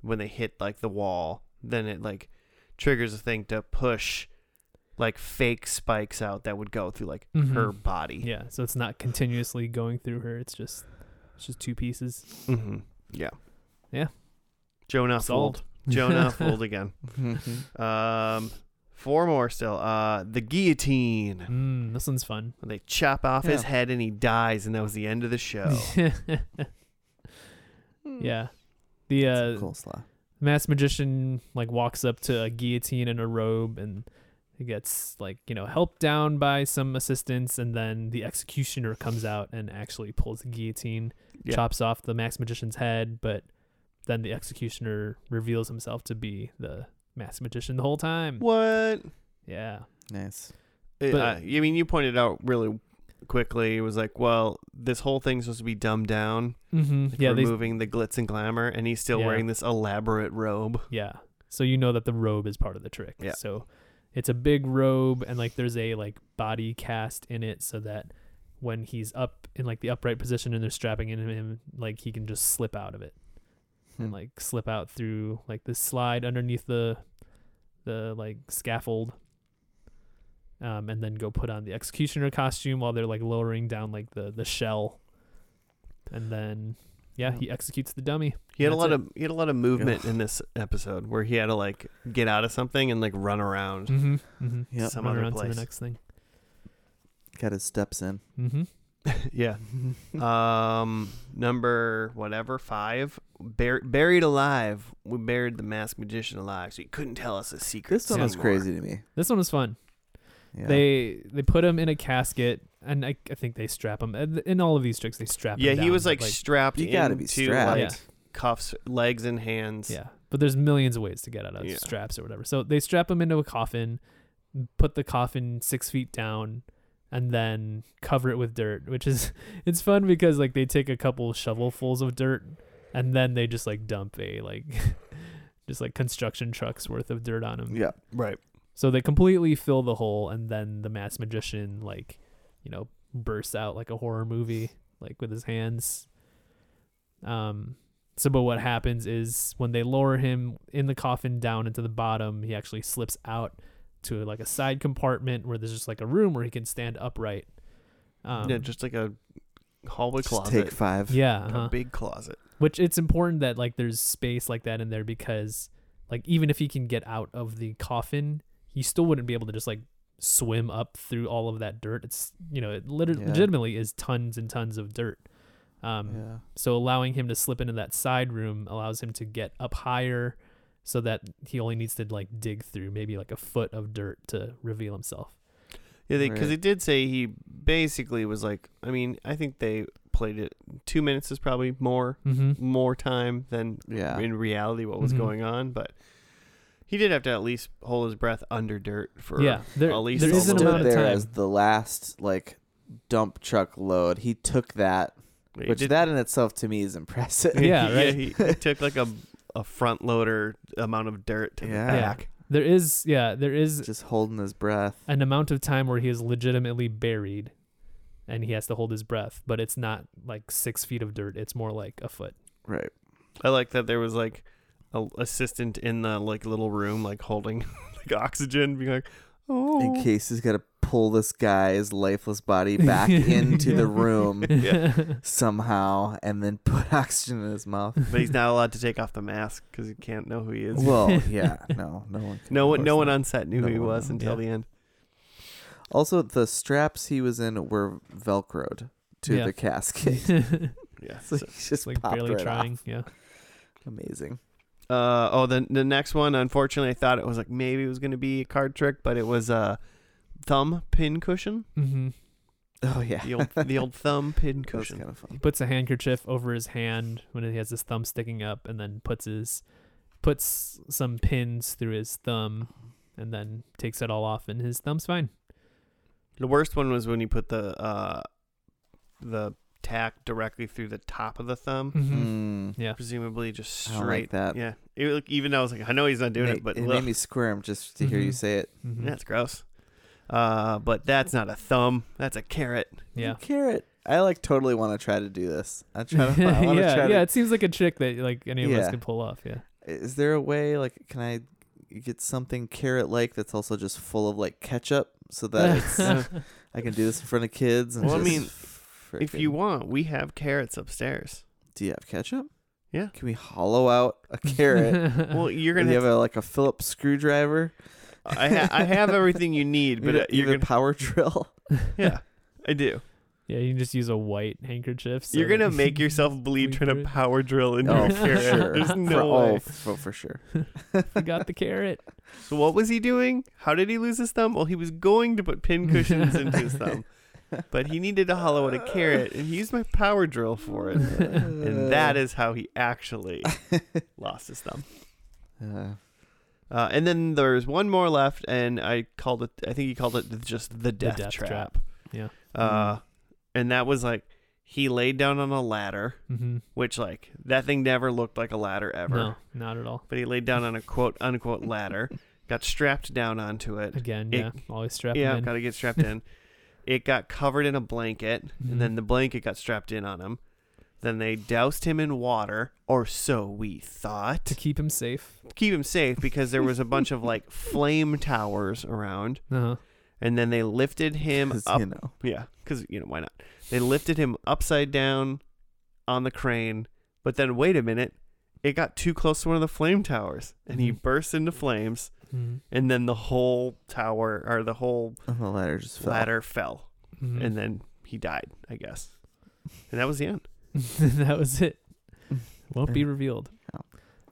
S3: when they hit like the wall, then it like triggers a thing to push like fake spikes out that would go through like
S2: Mhm.
S3: her body.
S2: Yeah. So it's not continuously going through her. It's just it's just two pieces.
S3: Mm-hmm. Yeah.
S2: Yeah.
S3: Jonah
S2: Solved.
S3: fooled. Jonah fooled again.
S1: Mhm.
S3: Um, four more still. Uh, the guillotine.
S2: Mm, this one's fun.
S3: They chop off his
S1: Yeah.
S3: head and he dies, and that was the end of the show.
S2: yeah. The uh,
S1: Some coleslaw.
S2: masked magician like walks up to a guillotine in a robe and he gets like you know helped down by some assistants and then the executioner comes out and actually pulls the guillotine
S3: Yeah.
S2: chops off the masked magician's head but then the executioner reveals himself to be the masked magician the whole time
S3: what?
S2: yeah
S1: Nice.
S3: But,
S2: But-
S3: I mean, you pointed out really quickly. It was like, well, this whole thing's supposed to be dumbed down,
S2: mm-hmm. yeah they,
S3: removing the glitz and glamour, and he's still
S2: Yeah.
S3: wearing this elaborate robe.
S2: Yeah. So you know that the robe is part of the trick.
S3: Yeah.
S2: So it's a big robe and like there's a like body cast in it so that when he's up in like the upright position and they're strapping in him like he can just slip out of it and
S1: Hmm.
S2: like slip out through like the slide underneath the the like scaffold um and then go put on the executioner costume while they're like lowering down like the the shell and then yeah
S1: Yeah.
S2: he executes the dummy
S3: He had a
S2: That's
S3: lot
S2: it.
S3: of he had a lot of movement in this episode where he had to like get out of something and like run around.
S2: mm-hmm, mm-hmm.
S1: Yep.
S3: Some
S2: run
S3: other
S2: around to
S3: place.
S2: the next thing
S1: Got his steps in.
S2: mm-hmm
S3: yeah.
S1: Uh,
S3: um number whatever five bur- buried alive we buried the masked magician alive so he couldn't tell us his secret
S1: This one was crazy to me.
S2: This one was fun.
S1: Yeah.
S2: They they put him in a casket, and I, I think they strap him. In- In all of these tricks, they strap.
S3: yeah
S2: him
S3: he
S2: down,
S3: was
S2: but,
S3: like, strapped
S1: You gotta be
S3: into,
S1: strapped.
S3: like
S2: Yeah.
S3: cuffs legs and hands
S2: yeah. But there's millions of ways to get out of
S3: Yeah.
S2: straps or whatever. So they strap him into a coffin, put the coffin six feet down, and then cover it with dirt, which is it's fun because like they take a couple shovelfuls of dirt, and then they just like dump a like just like construction trucks worth of dirt on him.
S1: Yeah.
S3: right
S2: So they completely fill the hole, and then the masked magician, like, you know, bursts out like a horror movie, like with his hands. Um, so, but what happens is when they lower him in the coffin down into the bottom, he actually slips out to like a side compartment where there's just like a room where he can stand upright. Um,
S3: yeah just like a hallway
S1: Just
S3: closet
S1: take five.
S2: yeah,
S3: a
S2: uh-huh.
S3: big closet
S2: which it's important that like there's space like that in there because like even if he can get out of the coffin he still wouldn't be able to just like swim up through all of that dirt it's you know it literally
S1: Yeah.
S2: legitimately is tons and tons of dirt um
S1: Yeah.
S2: so allowing him to slip into that side room allows him to get up higher so that he only needs to like dig through maybe like a foot of dirt to reveal himself
S3: Yeah, because
S1: Right.
S3: they did say he basically was like. I mean, I think they played it. Two minutes is probably more
S2: mm-hmm.
S3: more time than
S1: Yeah.
S3: in reality what was
S2: Mhm.
S3: going on, but he did have to at least hold his breath under dirt for
S2: yeah there,
S3: at least
S2: there
S3: a
S2: is
S1: stood
S2: an
S3: little
S2: amount
S1: there
S2: of time
S1: as the last like dump truck load. He took that,
S3: He
S1: which
S3: did-
S1: that in itself to me is impressive.
S2: Yeah. right.
S3: he, he took like a a front loader amount of dirt to
S1: Yeah.
S3: the
S2: Yeah.
S3: back.
S2: there is yeah there is
S1: Just holding his breath.
S2: an amount of time where he is legitimately buried and he has to hold his breath, but it's not like six feet of dirt. It's more like a foot.
S1: Right.
S3: I like that there was like a assistant in the like little room like holding like oxygen, being like, oh,
S1: In case he's got to pull this guy's lifeless body back into the room somehow and then put oxygen in his mouth.
S3: but he's not allowed to take off the mask because he can't know who he is.
S1: Well, yeah. No, no one. Can,
S3: no
S1: of
S3: one,
S1: course
S3: no
S1: not.
S3: one on set knew
S1: No
S3: who he
S1: one
S3: was
S1: knew.
S3: until
S2: Yeah.
S3: the end.
S1: Also, the straps he was in were velcroed to
S2: Yeah.
S1: the casket.
S3: Yeah.
S1: so he just
S2: like
S1: popped
S2: barely
S1: right
S2: trying.
S1: Off.
S2: Yeah.
S1: Amazing.
S3: Uh oh, the the next one. Unfortunately, I thought it was like maybe it was gonna be a card trick, but it was a thumb pin cushion.
S2: hmm
S1: Oh yeah.
S3: The old the old thumb pin
S1: That was
S3: cushion.
S1: kind of
S2: He
S1: fun.
S2: puts a handkerchief over his hand when he has his thumb sticking up and then puts his puts some pins through his thumb and then takes it all off and his thumb's fine.
S3: The worst one was when you put the uh the tack directly through the top of the thumb,
S2: Mhm.
S3: Mm-hmm.
S1: Mm,
S2: Yeah.
S3: presumably just
S1: I
S3: straight.
S1: don't like that.
S3: Yeah, it, like, even though I was like, I know he's not doing
S1: Made-
S3: it, but
S1: it
S3: ugh, Mm-hmm.
S1: made me hmm. squirm just to hear you
S2: Mhm.
S1: say it.
S2: Mhm.
S3: that's gross. Uh, but that's not a thumb. That's a carrot.
S2: Yeah.
S1: Carrot. I like totally want to try to do this. I'm trying to. I want to
S2: yeah,
S1: try
S2: yeah,
S1: to
S2: it seems like a trick that like any of us
S1: Yeah.
S2: can pull off. Yeah,
S1: Is there a way like can I get something carrot like that's also just full of like ketchup so that it's, I can do this in front of kids? And
S3: Well, I
S1: just
S3: mean,
S1: frickin-
S3: If you want, we have carrots upstairs.
S1: do you have ketchup?
S3: Yeah.
S1: Can we hollow out a carrot?
S3: Well, you're
S1: Do you
S3: gonna.
S1: have
S3: Have
S1: a, like a Phillips screwdriver?
S3: I ha- I have everything you need, but
S1: you
S3: uh,
S1: have
S3: you're
S1: a
S3: gonna.
S1: power drill.
S3: Yeah, I do.
S2: Yeah, you can just use a white handkerchief. so
S3: you're
S2: that
S3: gonna
S2: you
S3: make
S2: can
S3: yourself bleed
S2: bleed
S3: trying
S2: through
S3: to
S2: it.
S3: power drill into
S1: Oh,
S3: a
S1: for
S3: carrot.
S1: sure.
S3: There's
S1: for,
S3: no
S1: oh,
S3: way.
S1: for, for sure.
S2: You got the carrot.
S3: So what was he doing? How did he lose his thumb? Well, he was going to put pin cushions into his thumb, but he needed to hollow out a carrot, and he used my power drill for it. And that is how he actually lost his thumb.
S1: Uh,
S3: Uh, and then there's one more left, and I called it. I think he called it just the death,
S2: death
S3: trap.
S2: trap. Yeah.
S3: Uh, and that was like he laid down on a ladder,
S2: Mm-hmm.
S3: which like that thing never looked like a ladder ever.
S2: No, not at all.
S3: But he laid down on a quote unquote ladder, got strapped down onto it.
S2: Again,
S3: It-
S2: yeah, always strap
S3: yeah,
S2: him in.
S3: gotta get strapped in. It got covered in a blanket, and then
S2: Mhm.
S3: the blanket got strapped in on him. Then they doused him in water, or so we thought,
S2: to keep him safe.
S3: keep him safe because there was a bunch of like flame towers around.
S2: Uh-huh.
S3: And then they lifted him
S1: 'cause,
S3: up.
S1: you know.
S3: Yeah, because you know why not? They lifted him upside down on the crane, but then wait a minute, it got too close to one of the flame towers, and he
S1: Mm-hmm.
S2: Mhm.
S3: burst into flames.
S2: Mm-hmm.
S3: And then the whole tower or the whole
S1: And the ladder just fell. Mm.
S3: ladder fell and then he died, I guess. And that was the end.
S2: that was it. Won't be
S1: Yeah.
S2: revealed.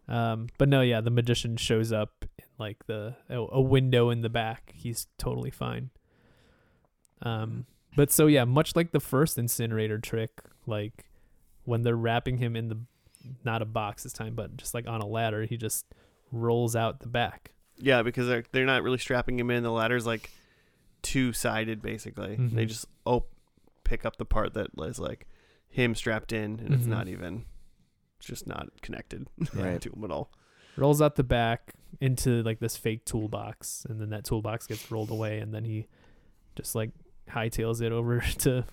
S2: Um, but no, yeah, the magician shows up in like the a, a window in the back. He's totally fine. Um, but so yeah, much like the first incinerator trick, like when they're wrapping him in the not a box this time, but just like on a ladder, he just rolls out the back.
S3: Yeah, because they're they're not really strapping him in. The ladder's like two sided basically.
S2: Mhm.
S3: They just op- pick up the part that is like him strapped in, and it's
S2: Mhm.
S3: not even. It's just not connected
S1: Right.
S3: to him at all.
S2: rolls out the back into like this fake toolbox and then that toolbox gets rolled away and then he just like hightails it over to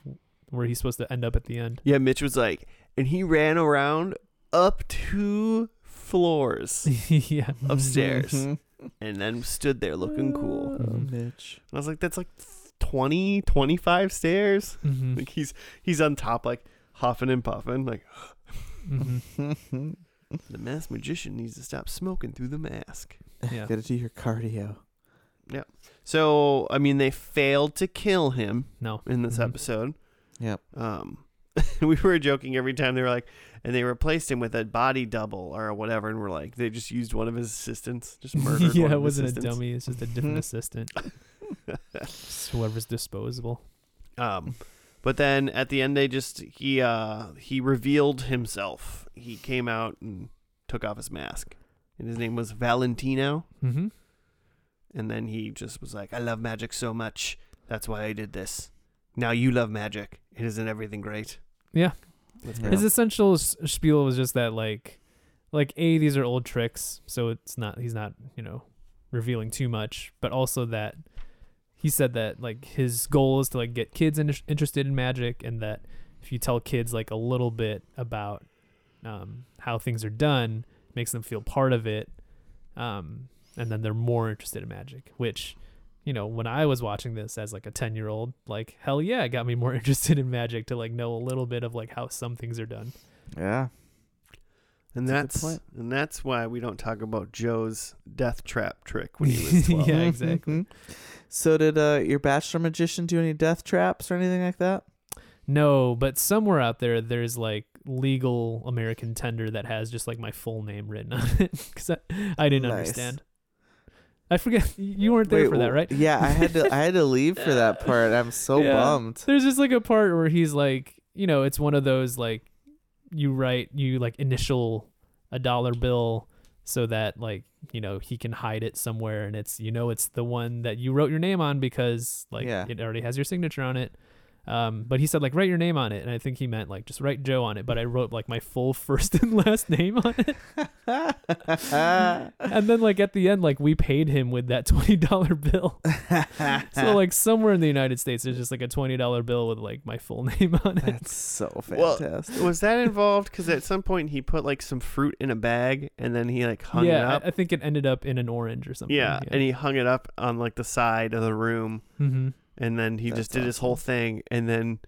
S2: where he's supposed to end up at the end
S3: Yeah, Mitch was like, and he ran around up two floors
S2: yeah
S3: upstairs,
S1: Mm-hmm.
S3: and then stood there looking cool. Um,
S1: Oh,
S2: Mhm.
S1: Mitch.
S3: And I was like, that's like 20, 25 stairs.
S2: hmm
S3: Like he's he's on top, like huffing and puffing, like
S2: hmm
S1: Mm-hmm.
S3: The masked magician needs to stop smoking through the mask.
S2: Yeah.
S1: Gotta do your cardio.
S3: So, I mean, they failed to kill him
S2: No.
S3: in this
S2: Mhm.
S3: episode.
S1: Yep.
S3: Um, we were joking every time they were like, and they replaced him with a body double or whatever, and we're like, they just used one of his assistants, just murdered. one
S2: yeah,
S3: of
S2: it
S3: his
S2: wasn't a
S3: assistants.
S2: dummy. It's just a different assistant. It's whoever's disposable.
S3: Um, but then at the end, they just he uh he revealed himself. He came out and took off his mask, and his name was Valentino.
S2: Mm-hmm.
S3: And then he just was like, "I love magic so much. That's why I did this. Now you love magic. It isn't everything great."
S2: Yeah.
S3: That's
S1: Yeah.
S3: pretty
S2: His essential s- spiel was just that, like, like a these are old tricks, so it's not he's not you know revealing too much, but also that he said that like his goal is to like get kids in- interested in magic, and that if you tell kids like a little bit about um, how things are done, makes them feel part of it, um, and then they're more interested in magic, which. You know, when I was watching this as like a ten year old, like hell yeah, it got me more interested in magic to like know a little bit of like how some things are done.
S1: Yeah.
S3: And
S1: That's a
S3: that's
S1: good
S3: and that's why we don't talk about Joe's death trap trick when he was twelve.
S2: Yeah, exactly.
S1: Mhm. So did uh, your bachelor magician do any death traps or anything like that?
S2: No, but somewhere out there, there's like legal American tender that has just like my full name written on it because I, I didn't
S1: Nice.
S2: understand. I forget you weren't there
S1: Wait,
S2: for that,
S1: wh-
S2: right?
S1: Yeah, I had to. I had to leave for that part. I'm so
S2: Yeah.
S1: bummed.
S2: There's just like a part where he's like, you know, it's one of those like you write you like initial a dollar bill so that like you know he can hide it somewhere and it's you know it's the one that you wrote your name on because like
S1: Yeah.
S2: it already has your signature on it um but he said like write your name on it and i think he meant like just write joe on it but i wrote like my full first and last name on it and then like at the end like we paid him with that $20 bill so like somewhere in the united states there's just like a $20 bill with like my full name on it
S1: That's so
S3: Well,
S1: fantastic.
S3: Was that involved? Because at some point he put like some fruit in a bag and then he like hung it
S2: yeah
S3: up.
S2: I, I think it ended up in an orange or something
S3: yeah, and he hung it up on like the side of the room,
S2: mm-hmm.
S3: and then he
S1: That's
S3: just did his whole thing. And then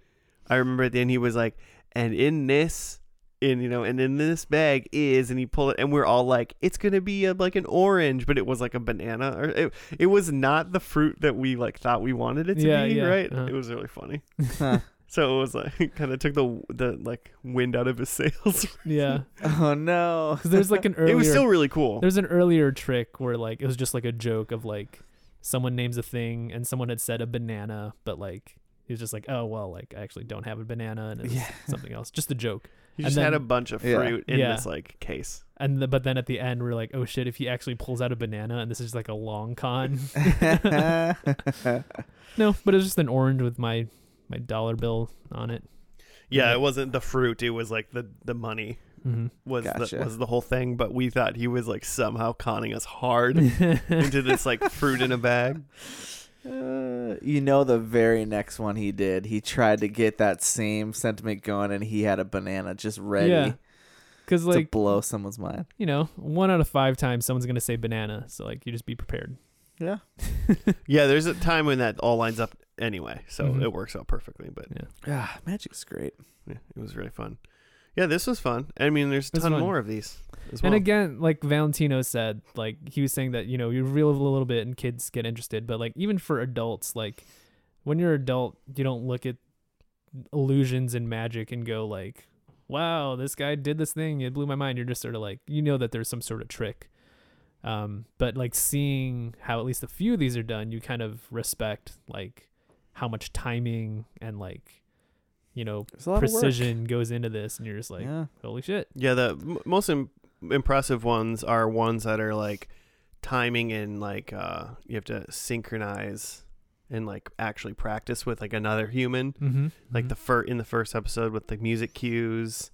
S3: I remember at the end he was like, "And in this." And you know, and in this bag is, and he pulled it, and we're all like, "It's gonna be a, like an orange," but it was like a banana, or it, it was not the fruit that we like thought we wanted it to
S2: Yeah,
S3: be,
S2: yeah,
S3: right?
S2: uh-huh.
S3: It was really funny.
S1: Huh.
S3: So it was like kind of took the the like wind out of his sails.
S2: yeah
S1: Oh no.
S2: 'Cause there's like an earlier
S3: it was still really cool.
S2: there's an earlier trick where like it was just like a joke of like someone names a thing and someone had said a banana but like he was just like oh well like I actually don't have a banana and it's
S1: Yeah.
S2: something else just a joke
S3: You
S2: and
S3: just had
S2: then-
S3: a bunch of
S1: Yeah.
S3: fruit in
S2: Yeah.
S3: this like case.
S2: and the, but then at the end we're like oh shit if he actually pulls out a banana and this is like a long con no but it was just an orange with my my dollar bill on it
S3: Yeah,
S2: Yeah.
S3: it wasn't the fruit. It was like the the money
S2: hmm
S3: was
S1: Gotcha.
S3: the, was the whole thing. But we thought he was like somehow conning us hard
S2: yeah
S3: into this like fruit in a bag.
S1: Uh, you know, the very next one he did, he tried to get that same sentiment going, and he had a banana just ready
S2: because
S1: to
S2: like
S1: blow someone's mind.
S2: you know one out of five times someone's gonna say banana so like you just be prepared
S1: Yeah.
S3: Yeah, there's a time when that all lines up anyway, so
S2: Mhm.
S3: it works out perfectly. But
S1: Ah, magic's great.
S3: yeah, it was really fun. Yeah, this was fun. I mean, there's a
S2: This
S3: ton
S2: one.
S3: more of these as well.
S2: And again, like Valentino said, like he was saying that you know you reveal a little bit and kids get interested, but like even for adults, like when you're an adult, you don't look at illusions and magic and go like, "Wow, this guy did this thing; it blew my mind." You're just sort of like you know that there's some sort of trick, um, but like seeing how at least a few of these are done, you kind of respect like how much timing and like you know
S1: There's a lot of
S2: precision goes into this, and you're just
S1: work.
S2: like,
S1: yeah.
S2: "Holy shit!"
S3: Yeah, the m- most Im- impressive ones are ones that are like timing and like uh, you have to synchronize and like actually practice with like another human.
S2: Mm-hmm.
S3: Like the fir- in the first episode with the music cues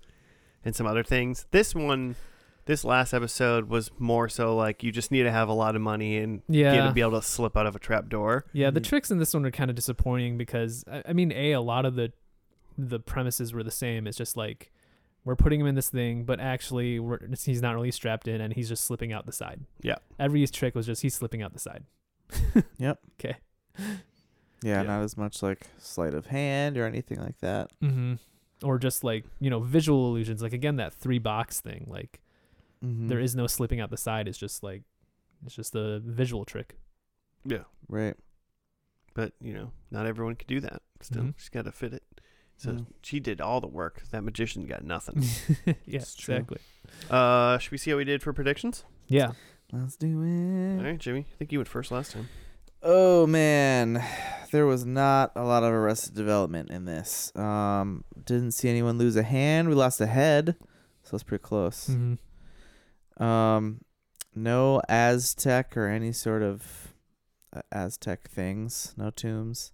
S3: and some other things. This one, this last episode was more so like you just need to have a lot of money and
S2: yeah.
S3: get to be Mm-hmm. able to slip out of a trap door.
S2: Yeah, the
S1: Mm.
S2: tricks in this one are kind of disappointing because I, I mean, a a lot of the the premises were the same. It's just like we're putting him in this thing, but actually we're, he's not really strapped in, and he's just slipping out the side.
S3: Yeah.
S2: every trick was just he's slipping out the side.
S1: Yep.
S2: Okay.
S1: yeah,
S3: Yeah.
S1: not as much like sleight of hand or anything like that.
S2: Mm-hmm. or just like you know visual illusions like again that three box thing like
S3: Mm-hmm.
S1: Mhm.
S2: there is no slipping out the side it's just like it's just a visual trick
S1: right.
S3: but you know, not everyone could do that. Still,
S2: Mhm.
S3: she's got to fit it. So
S2: Mm-hmm.
S1: Yeah.
S3: she did all the work. That magician got nothing.
S2: yeah
S1: It's true.
S2: exactly
S3: uh, should we see how we did for predictions?
S2: yeah
S1: Let's do it.
S3: All right, Jimmy. I think you went first last time.
S1: Oh man, there was not a lot of Arrested Development in this. Um, didn't see anyone lose a hand. We lost a head, so it's pretty close.
S2: Mhm.
S1: Um, no Aztec or any sort of uh, Aztec things. No tombs.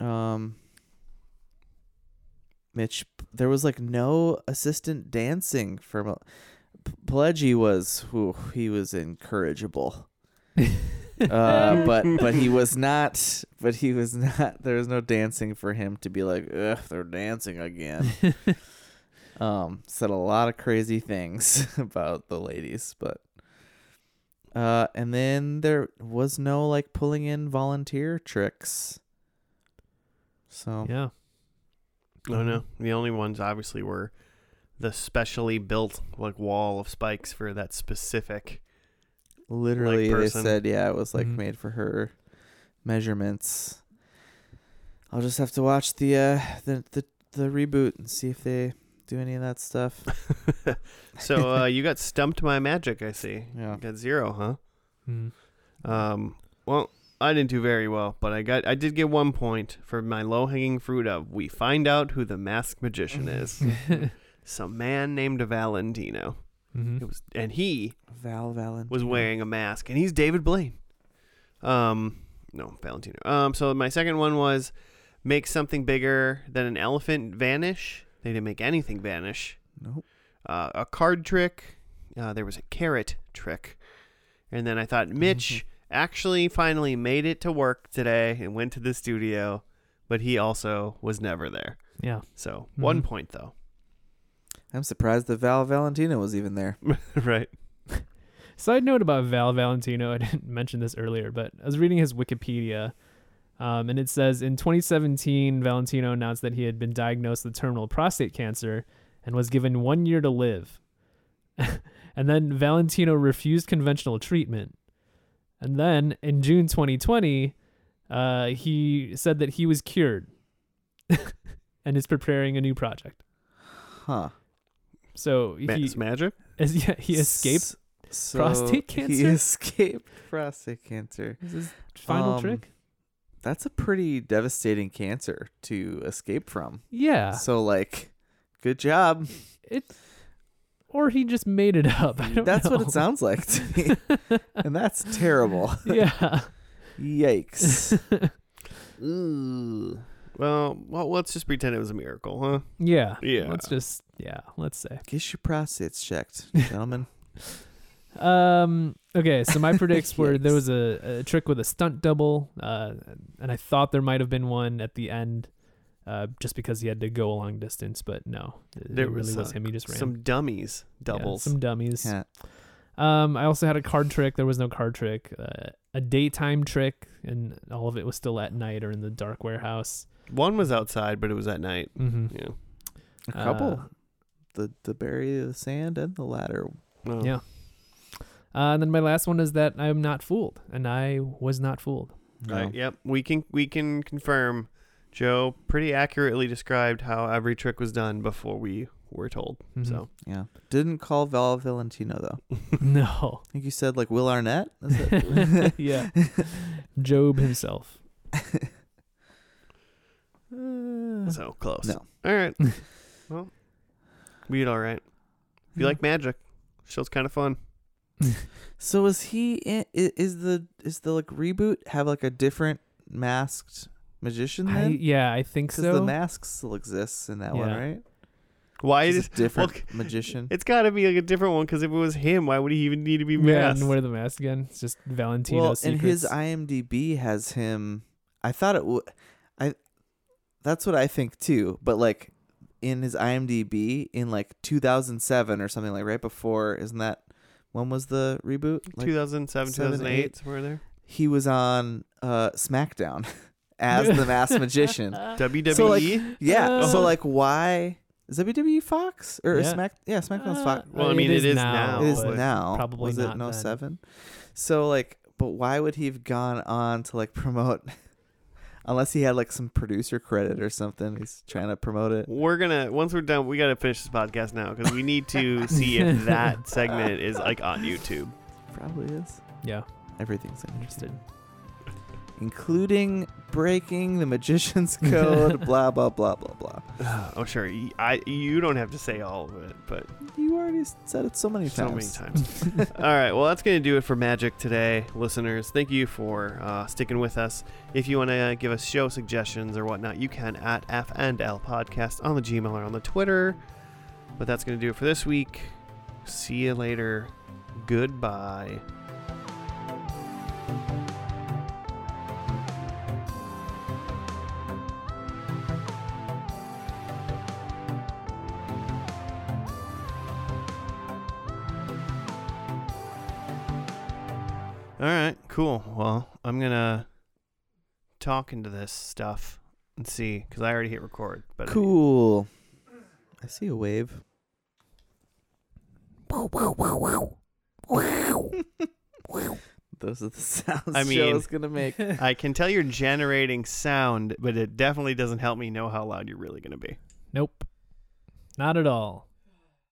S1: Um, Mitch, there was like no assistant dancing for Mel- P- Pileggi was whew, he was incorrigible. uh, but but he was not. But he was not. There was no dancing for him to be like, ugh, they're dancing again um said a lot of crazy things about the ladies but uh and then there was no like pulling in volunteer tricks so
S2: yeah Mm-hmm.
S3: Oh no, the only ones obviously were the specially built like wall of spikes for that specific.
S1: literally they
S3: person.
S1: said yeah it was like
S2: Mhm.
S1: made for her measurements i'll just have to watch the uh the the, the reboot and see if they do any of that stuff
S3: so uh, you got stumped by magic. I see.
S1: yeah
S3: You got zero, huh?
S2: Mhm.
S3: Um, well, I didn't do very well, but I got I did get one point for my low hanging fruit of we find out who the masked magician is. Some man named Valentino.
S2: Mhm.
S3: It was, and he
S1: val valen
S3: was wearing a mask, and he's David Blaine. Um, no Valentino. Um, so my second one was make something bigger than an elephant vanish. They didn't make anything vanish.
S1: nope
S3: Uh, a card trick. Uh, there was a carrot trick, and then I thought
S2: Mm-hmm.
S3: Mitch actually finally made it to work today and went to the studio, but he also was never there.
S2: yeah
S3: So one
S2: Mhm.
S3: point though,
S1: i'm surprised that val valentino was even there
S3: right?
S2: Side note about Val Valentino, I didn't mention this earlier, but I was reading his Wikipedia, um, and it says in 2017, Valentino announced that he had been diagnosed with terminal prostate cancer and was given one year to live. and then Valentino refused conventional treatment. And then in June 2020, uh, he said that he was cured and is preparing a new project.
S1: huh
S2: So
S3: Ma-
S2: he,
S3: it's magic.
S2: as, yeah, he escaped.
S1: S- so
S2: prostate
S1: He
S2: cancer?
S1: escaped prostate cancer.
S2: Is his final
S1: Um,
S2: trick?
S1: That's a pretty devastating cancer to escape from.
S2: Yeah.
S1: So like, good job.
S2: It or he just made it up. I don't
S1: That's
S2: know.
S1: what it sounds like to me, and that's terrible.
S2: yeah.
S1: Yikes. Ooh.
S3: Well, well, let's just pretend it was a miracle, huh?
S2: Yeah.
S3: Yeah.
S2: Let's just yeah, let's say.
S1: Get your prostates checked, gentlemen.
S2: Um okay, so my predicts were there
S1: Yikes.
S2: was a, a trick with a stunt double, uh and I thought there might have been one at the end. Uh, just because he had to go a long distance, but no, it,
S3: There
S2: it really
S3: was,
S2: was,
S3: uh,
S2: him. He just ran
S3: Some dummies,
S2: Yeah,
S3: doubles.
S2: some dummies.
S1: Yeah.
S2: Um, I also had a card trick. There was no card trick. Uh, a daytime trick, and all of it was still at night or in the dark warehouse.
S3: One was outside, but it was at night.
S2: Mm-hmm.
S3: Yeah.
S1: A couple.
S2: Uh,
S1: the the bury of the sand and the ladder.
S3: Well,
S2: Yeah. Uh, and then my last one is that I'm not fooled, and I was not fooled.
S3: I-
S1: No.
S3: yep. We can we can confirm. Joe pretty accurately described how every trick was done before we were told.
S2: Mhm.
S3: So
S1: Yeah. Didn't call Val Valentino though. I
S2: no,
S1: think you said like Will Arnett. Is that-
S2: yeah, Job himself. Uh.
S3: so close.
S1: No.
S3: All right. well, we did all right. If you
S1: Yeah.
S3: like magic, show's kind of fun.
S1: So is he in, i- is the is the like reboot have like a different masked magician
S2: I,
S1: then?
S2: yeah, I think
S1: Because
S2: so.
S1: the mask still exists in that one,
S2: Yeah.
S1: right?
S3: Why
S1: It's
S3: is
S1: just a different
S3: well,
S1: magician.
S3: it's got to be like a different one? Because if it was him, why would he even need to be
S2: yeah,
S3: masked?
S2: and wear the mask again. It's just Valentino
S1: well, and
S2: secrets.
S1: his IMDb has him. I thought it would. I. That's what I think too. But like, in his IMDb, in like 2007 or something like right before, isn't that when was the reboot? Like
S3: 2007,
S1: seven,
S3: 2008,
S1: eight.
S3: somewhere there.
S1: he was on uh SmackDown as the masked magician.
S3: WWE.
S1: So, like- Yeah. so
S2: Uh.
S1: like why is WWE Fox or is
S2: Yeah. Uh,
S1: Smack? Yeah, SmackDown's Fox.
S3: Well, I mean, it is now,
S1: It is
S3: but
S1: now.
S2: probably
S1: was
S2: not
S1: it
S2: then.
S1: in 07? So like, but why would he have gone on to like promote? Unless he had like some producer credit or something, he's trying to promote it.
S3: We're gonna once we're done, we gotta finish this podcast now because we need to see if that segment is like on YouTube.
S1: Probably is.
S2: Yeah,
S1: Everything's on YouTube,
S2: interested.
S1: including breaking the magician's code. blah blah blah blah blah.
S3: Oh sure, y- I you don't have to say all of it, but
S1: You already said it so many
S3: so
S1: times.
S3: many times. all right, well that's gonna do it for Magic today, listeners. Thank you for uh, sticking with us. If you wanna give us show suggestions or whatnot, you can at F and L Podcast on the Gmail or on the Twitter. But that's gonna do it for this week. See you later. Goodbye. All right, cool. Well, I'm gonna talk into this stuff and see, cause I already hit record. But I-
S1: Cool. I see a wave. Those are the sounds
S3: I
S1: I
S3: mean-
S1: show's gonna make.
S3: I can tell you're generating sound, but it definitely doesn't help me know how loud you're really gonna be.
S2: Nope, not at all.